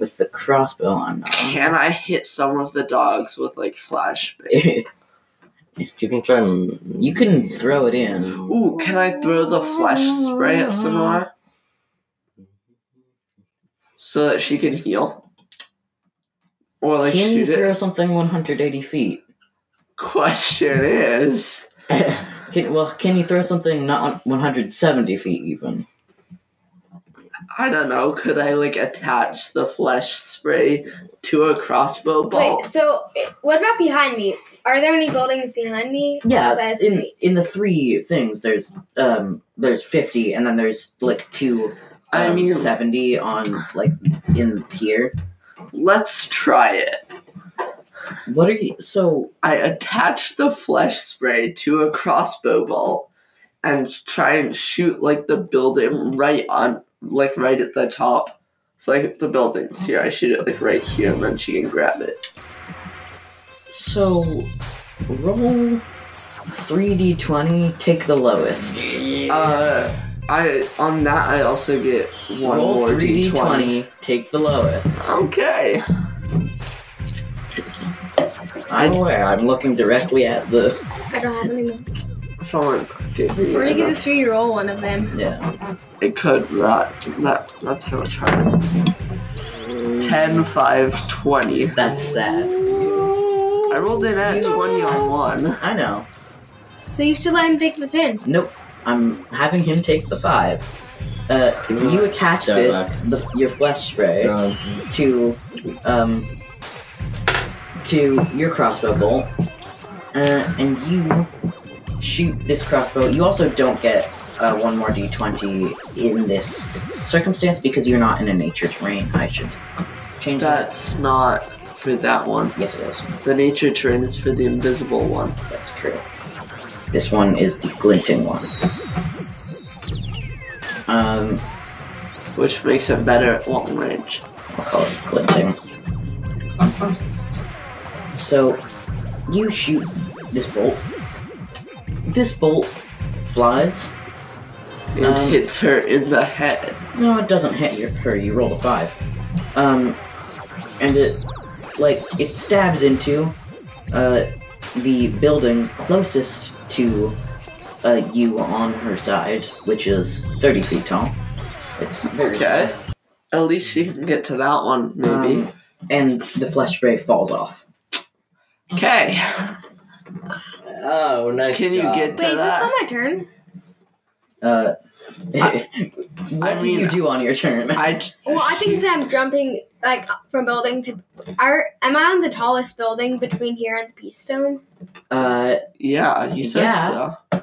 Speaker 1: with the crossbow on. um, [laughs] Nala.
Speaker 3: Can I hit some of the dogs with like flashbang?
Speaker 5: you can try and.
Speaker 1: you can throw it in.
Speaker 3: Ooh, can I throw the flash spray at some more? So that she can heal? Or like
Speaker 1: can you
Speaker 3: Oh, shoot
Speaker 1: throw
Speaker 3: it?
Speaker 1: something 180 feet?
Speaker 3: Question is
Speaker 1: Can, well, can you throw something not on- 170 feet even?
Speaker 3: I don't know, could I like attach the flesh spray to a crossbow bolt?
Speaker 2: Wait. So, eh, what about behind me? Are there any buildings behind me?
Speaker 1: Yeah,
Speaker 2: Size
Speaker 1: Uh, in,
Speaker 2: three.
Speaker 1: in the three things, there's um there's 50, and then there's like two
Speaker 3: I
Speaker 1: um,
Speaker 3: mean
Speaker 1: 70 on like in here.
Speaker 3: let's try it.
Speaker 1: What are you? So
Speaker 3: I attach the flesh spray to a crossbow bolt and try and shoot like the building right on, like right at the top. So like the building's here, I shoot it like right here, and then she can grab it.
Speaker 1: so roll 3d20, take the lowest.
Speaker 3: Uh, I on that I also get one
Speaker 1: roll
Speaker 3: more d20.
Speaker 1: 3d20, take the lowest.
Speaker 3: Okay,
Speaker 1: I'm aware. I'm looking directly at the
Speaker 2: I don't have any. more.
Speaker 3: someone give me.
Speaker 2: Or you could
Speaker 3: another-
Speaker 2: just re-roll one of them.
Speaker 1: yeah.
Speaker 3: It could that that that's so much harder. 10, 5, 20.
Speaker 1: That's sad.
Speaker 3: I rolled in at 20 on one.
Speaker 1: I know.
Speaker 2: So you should let him take the pin.
Speaker 1: Nope. I'm having him take the five. Uh, you attach
Speaker 5: Sorry,
Speaker 1: this,
Speaker 5: Doc.
Speaker 1: the, your flesh spray,
Speaker 5: Um,
Speaker 1: to, um, to your crossbow bolt, uh, and you shoot this crossbow. You also don't get uh, one more d20 in this circumstance because you're not in a nature terrain. I should change that.
Speaker 3: That's not for that one.
Speaker 1: Yes, it is.
Speaker 3: The nature terrain is for the invisible one.
Speaker 1: That's true. This one is the glinting one. Um,
Speaker 3: which makes it better at long range.
Speaker 1: I'll call it glinting. So, you shoot this bolt. This bolt flies.
Speaker 3: It
Speaker 1: Um,
Speaker 3: hits her in the head.
Speaker 1: No, it doesn't hit your her. You roll a five. Um, and it like it stabs into uh, the building closest to uh, you on her side, which is 30 feet tall. It's very
Speaker 3: Okay.
Speaker 1: tall.
Speaker 3: At least she can get to that one, maybe.
Speaker 1: Um, and the flesh spray falls off.
Speaker 3: okay.
Speaker 5: Oh, nice.
Speaker 3: Can you
Speaker 5: job.
Speaker 3: get to
Speaker 2: Wait, is this
Speaker 3: that?
Speaker 2: on my turn?
Speaker 1: Uh, [laughs] what
Speaker 3: I
Speaker 1: do you
Speaker 3: mean-
Speaker 1: do on your turn?
Speaker 3: I j-
Speaker 2: Well, I think that I'm jumping like from building to. Are am I on the tallest building between here and the Peace Stone?
Speaker 1: uh,
Speaker 3: yeah, you said
Speaker 1: Yeah.
Speaker 3: so.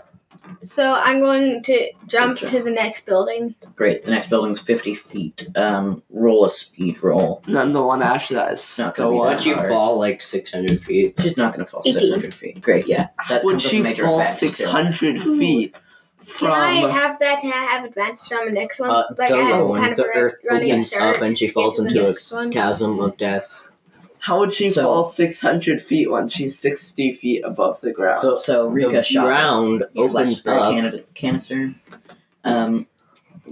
Speaker 2: So I'm going to jump
Speaker 1: Gotcha.
Speaker 2: to the next building.
Speaker 1: great. The next building's 50 feet. Um, roll a speed roll.
Speaker 3: And then the one after that is
Speaker 1: It's not
Speaker 3: the
Speaker 1: gonna be
Speaker 3: one.
Speaker 5: Would you
Speaker 1: Hard.
Speaker 5: fall like 600 feet?
Speaker 1: She's not going to fall
Speaker 2: Eighteen.
Speaker 1: 600 feet. Great, yeah. That
Speaker 3: Would
Speaker 1: comes with
Speaker 3: she
Speaker 1: major
Speaker 3: fall
Speaker 1: effects, too.
Speaker 3: 600
Speaker 2: Ooh.
Speaker 3: feet
Speaker 2: Can
Speaker 3: from.
Speaker 2: I have that to have advantage on the next one?
Speaker 4: Uh,
Speaker 2: like I
Speaker 4: don't
Speaker 2: have
Speaker 4: know,
Speaker 2: kind
Speaker 4: and
Speaker 2: of
Speaker 4: the
Speaker 2: a
Speaker 4: earth
Speaker 2: running
Speaker 4: opens
Speaker 2: start
Speaker 4: up and she
Speaker 2: to
Speaker 4: falls
Speaker 2: get to the
Speaker 4: into a
Speaker 2: next one.
Speaker 4: Chasm of death.
Speaker 3: How would she
Speaker 1: So-
Speaker 3: fall 600 feet when she's 60 feet above the ground?
Speaker 4: The,
Speaker 1: So Rika
Speaker 4: the
Speaker 1: shot this
Speaker 4: ground
Speaker 1: flash
Speaker 4: opens
Speaker 1: spray
Speaker 4: up.
Speaker 1: canada- canister. Um,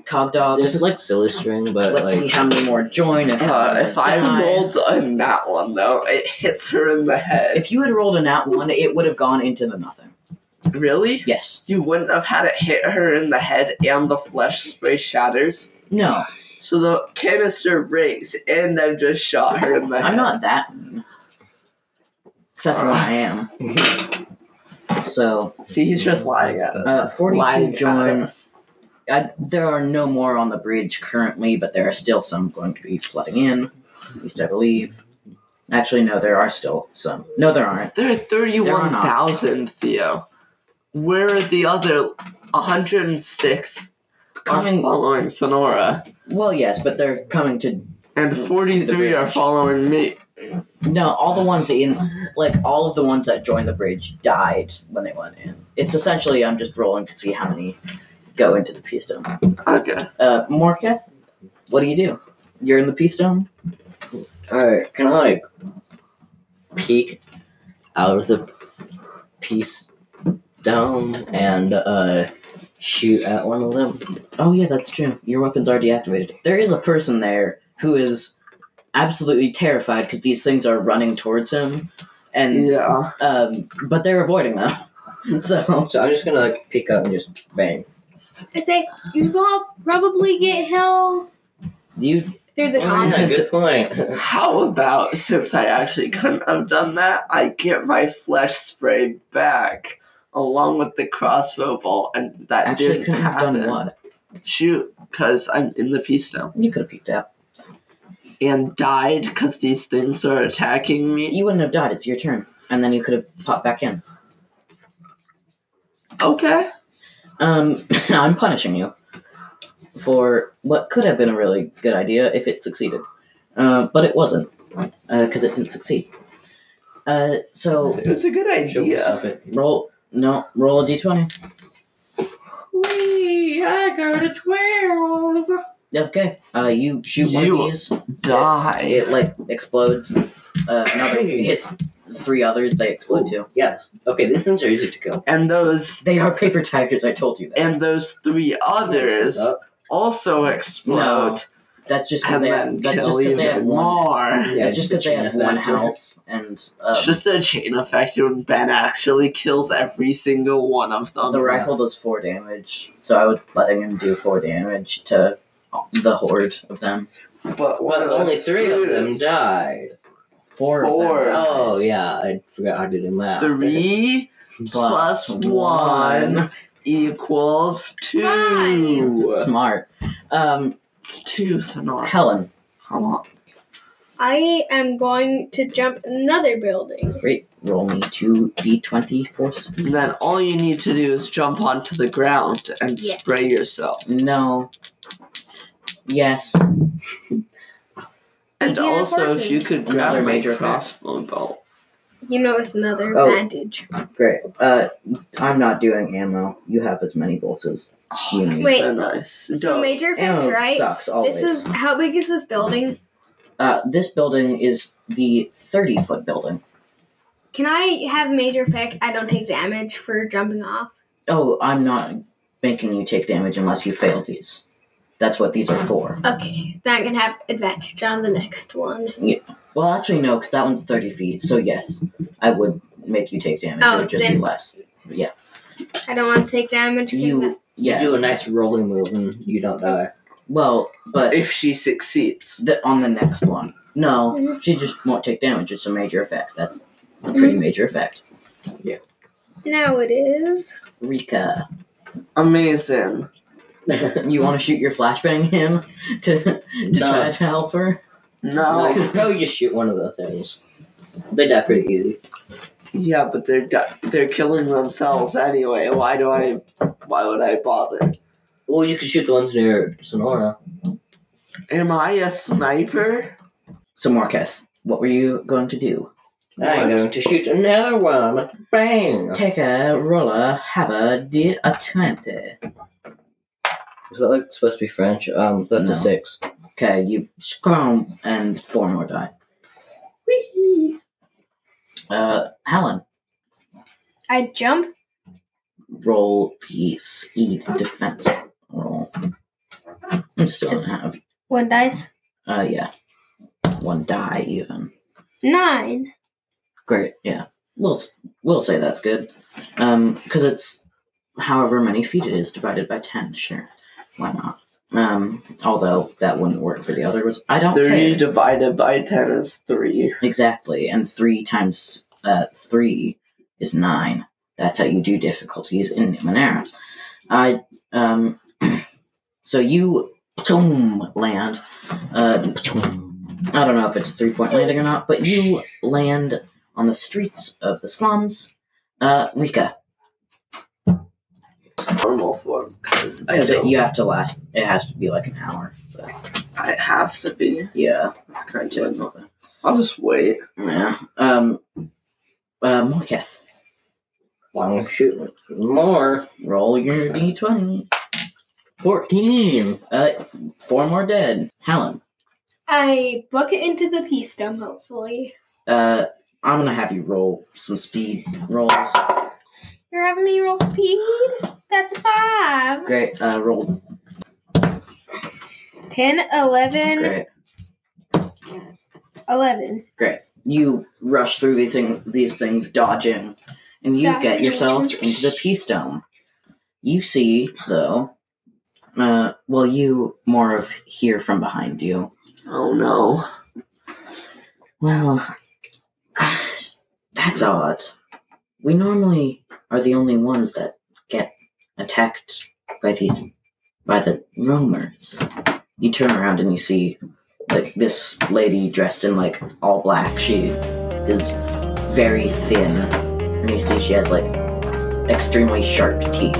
Speaker 1: Cogdog.
Speaker 4: This is like silly string, but
Speaker 1: Let's see
Speaker 4: like
Speaker 1: how many more join. And how
Speaker 3: Uh,
Speaker 1: many
Speaker 3: if I
Speaker 1: die.
Speaker 3: rolled on that one, though, it hits her in the head.
Speaker 1: if you had rolled a nat one, it would have gone into the nothing.
Speaker 3: Really?
Speaker 1: Yes.
Speaker 3: You wouldn't have had it hit her in the head and the flesh spray shatters.
Speaker 1: No.
Speaker 3: So the canister breaks and I've just shot her in the head.
Speaker 1: I'm not that mean. Except for when I am. So,
Speaker 3: See, he's just lying at us.
Speaker 1: uh, 42
Speaker 3: Lying at
Speaker 1: join.
Speaker 3: us.
Speaker 1: I, there are no more on the bridge currently, but there are still some going to be flooding in. At least I believe. Actually, no, there are still some. No, there aren't.
Speaker 3: There are 31,000, Theo. Where are the other 106 are
Speaker 1: Coming.
Speaker 3: following Sonora?
Speaker 1: Well, yes, but they're coming to
Speaker 3: And 43 are following me.
Speaker 1: No, all the ones in, like all of the ones that joined the bridge died when they went in. It's essentially I'm just rolling to see how many go into the peace dome.
Speaker 3: Okay.
Speaker 1: Uh, Morketh, what do you do? You're in the peace dome.
Speaker 4: Alright, can I like peek out of the piece dome and uh shoot at one of them?
Speaker 1: Oh yeah, that's true. Your weapons are deactivated. There is a person there who is absolutely terrified because these things are running towards him, and
Speaker 3: Yeah.
Speaker 1: um, but they're avoiding them. [laughs] so
Speaker 4: So I'm just gonna like peek out and just bang.
Speaker 2: I say you will probably get hell
Speaker 1: you
Speaker 2: through the
Speaker 4: Oh,
Speaker 2: top.
Speaker 4: yeah, good point. [laughs]
Speaker 3: How about since I actually couldn't have done that, I get my flesh spray back along with the crossbow bolt, and that
Speaker 1: actually
Speaker 3: didn't
Speaker 1: couldn't have
Speaker 3: happen.
Speaker 1: done what?
Speaker 3: Shoot, because I'm in the peace now
Speaker 1: You could have peeked out.
Speaker 3: and died because these things are attacking me.
Speaker 1: You wouldn't have died. It's your turn, and then you could have popped back in.
Speaker 3: Okay,
Speaker 1: Um, [laughs] I'm punishing you for what could have been a really good idea if it succeeded, uh, but it wasn't because it didn't succeed. Uh, so
Speaker 3: it was a good
Speaker 4: She'll
Speaker 3: idea.
Speaker 4: stop it.
Speaker 1: roll no roll a d20.
Speaker 3: Wee, I got a twelve.
Speaker 1: Okay, uh, you shoot one
Speaker 3: You-
Speaker 1: of these.
Speaker 3: Die.
Speaker 1: It like explodes. Uh, another
Speaker 4: Hey.
Speaker 1: hits three others. They explode too.
Speaker 4: Yes. Okay, these things are easy to kill.
Speaker 3: And those
Speaker 1: They are paper tigers. I told you that.
Speaker 3: and those three others also explode.
Speaker 1: That's just because
Speaker 3: And
Speaker 1: they.
Speaker 3: then
Speaker 1: Have, that's just
Speaker 3: kill
Speaker 1: because they have
Speaker 3: even
Speaker 1: one.
Speaker 3: more.
Speaker 1: Yeah, it's just because they have one
Speaker 4: health.
Speaker 1: health and um,
Speaker 3: It's just a chain effect when Ben actually kills every single one of them.
Speaker 1: The rifle does four damage, so I was letting him do four damage to the horde of them.
Speaker 3: But one
Speaker 4: But
Speaker 3: of
Speaker 4: only
Speaker 3: us
Speaker 4: three of them
Speaker 3: is
Speaker 4: died.
Speaker 1: Four.
Speaker 3: Four.
Speaker 1: Of them.
Speaker 4: Oh yeah, I forgot how to do the math.
Speaker 3: Three
Speaker 1: Plus
Speaker 3: plus one equals two.
Speaker 1: Smart. Um,
Speaker 3: It's two, so not
Speaker 1: Helen,
Speaker 3: come on.
Speaker 2: I am going to jump another building.
Speaker 1: great. Roll me two d20 for speed.
Speaker 3: And then all you need to do is jump onto the ground and
Speaker 2: Yeah.
Speaker 3: spray yourself.
Speaker 1: No. Yes.
Speaker 3: And
Speaker 2: Yeah,
Speaker 3: also, if
Speaker 2: fourteen.
Speaker 3: you could grab
Speaker 1: Another
Speaker 3: my
Speaker 1: major effect.
Speaker 3: crossbow bolt.
Speaker 2: You know it's another
Speaker 1: Oh.
Speaker 2: advantage.
Speaker 1: Great. Uh, I'm not doing ammo. You have as many bolts as
Speaker 3: Oh,
Speaker 1: you
Speaker 3: that's
Speaker 1: need.
Speaker 2: Wait.
Speaker 3: so nice.
Speaker 2: So
Speaker 3: Don't-
Speaker 2: major effect,
Speaker 1: Ammo
Speaker 2: right?
Speaker 1: sucks always.
Speaker 2: This is how big is this building?
Speaker 1: uh, this building is the 30 foot building.
Speaker 2: Can I have major effect? I don't take damage for jumping off.
Speaker 1: Oh, I'm not making you take damage unless you fail these. That's what these are for.
Speaker 2: Okay, then I can have advantage on the next one.
Speaker 1: Well, actually, no, because that one's 30 feet, so yes, I would make you take damage. it
Speaker 2: Oh,
Speaker 1: would just be
Speaker 2: then-
Speaker 1: less.
Speaker 2: I don't want to take damage.
Speaker 1: You,
Speaker 5: You
Speaker 1: yeah.
Speaker 5: do a nice rolling move and you
Speaker 4: [laughs]
Speaker 5: don't die.
Speaker 1: Well, but
Speaker 3: if she succeeds.
Speaker 1: the, on the next one. No,
Speaker 2: Mhm.
Speaker 1: she just won't take damage. It's a major effect. That's a pretty major effect.
Speaker 2: Now it is.
Speaker 1: Rika,
Speaker 3: Amazing.
Speaker 1: you want to shoot your flashbang him [laughs] to to try
Speaker 5: No.
Speaker 1: to help her?
Speaker 3: No.
Speaker 5: No, probably just shoot one of the things. They die pretty easy.
Speaker 3: Yeah, but they're di- they're killing themselves anyway. Why do I? Why would I bother?
Speaker 5: Well, you could shoot the ones near Sonora.
Speaker 3: Am I a sniper?
Speaker 1: So Marketh, what were you going to do?
Speaker 5: I'm going to shoot another one. Bang!
Speaker 1: Take a roller, have a did a twenty.
Speaker 5: Is that like supposed to be French? Um, that's
Speaker 1: No.
Speaker 5: a six.
Speaker 1: Okay, you scrum and four more die. Uh, Helen,
Speaker 2: I jump.
Speaker 1: roll the speed defense roll. I'm still
Speaker 2: Just-
Speaker 1: gonna have.
Speaker 2: One dice.
Speaker 1: Uh, yeah, one die even.
Speaker 2: Nine.
Speaker 1: Great. Yeah. We'll s- we'll say that's good. Um, because it's however many feet it is divided by ten. Sure. Why not? Um, although that wouldn't work for the other was I don't
Speaker 3: Three
Speaker 1: care
Speaker 3: divided by ten is three.
Speaker 1: exactly. And three times uh three is nine. That's how you do difficulties in Numenera. I um, [clears throat] so you ptoom, land. Uh, ptoom. I don't know if it's a three point landing or not, but you land on the streets of the slums. Uh, Rika,
Speaker 3: Normal form because I
Speaker 1: because
Speaker 3: don't-
Speaker 1: you have to last. It has to be like an hour. But
Speaker 3: it has to be.
Speaker 1: yeah,
Speaker 3: That's kind
Speaker 1: to-
Speaker 3: of annoying. I'll just wait.
Speaker 1: yeah. Um, uh, Morketh,
Speaker 5: I'm going to shoot more.
Speaker 1: roll your d twenty.
Speaker 5: 14.
Speaker 1: Uh, four more dead. Helen.
Speaker 2: I book it into the peace dome, hopefully.
Speaker 1: Uh, I'm gonna have you roll some speed rolls.
Speaker 2: You're having me roll speed? That's a five.
Speaker 1: Great. Uh, roll.
Speaker 2: Ten, eleven,
Speaker 1: Great.
Speaker 2: eleven.
Speaker 1: You rush through these thing, these things, dodging, and you
Speaker 2: Yeah.
Speaker 1: get yourself into the peace dome. You see, though. Uh, well, you more of hear from behind you.
Speaker 3: Oh no.
Speaker 1: Well, that's odd. We normally are the only ones that get attacked by these by the roamers. You turn around and you see like this lady dressed in like all black. She is very thin, and you see she has like extremely sharp teeth.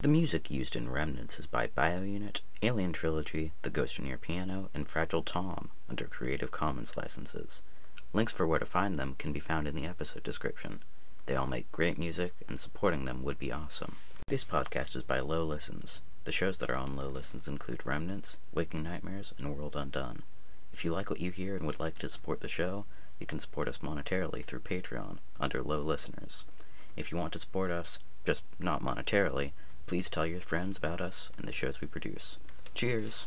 Speaker 6: The music used in Remnants is by BioUnit, Alien Trilogy, The Ghost in Your Piano, and Fragile Tom under Creative Commons licenses. Links for where to find them can be found in the episode description. They all make great music, and supporting them would be awesome. This podcast is by Low Listens. The shows that are on Low Listens include Remnants, Waking Nightmares, and World Undone. If you like what you hear and would like to support the show, you can support us monetarily through Patreon under Low Listeners. If you want to support us, just not monetarily, please tell your friends about us and the shows we produce. Cheers!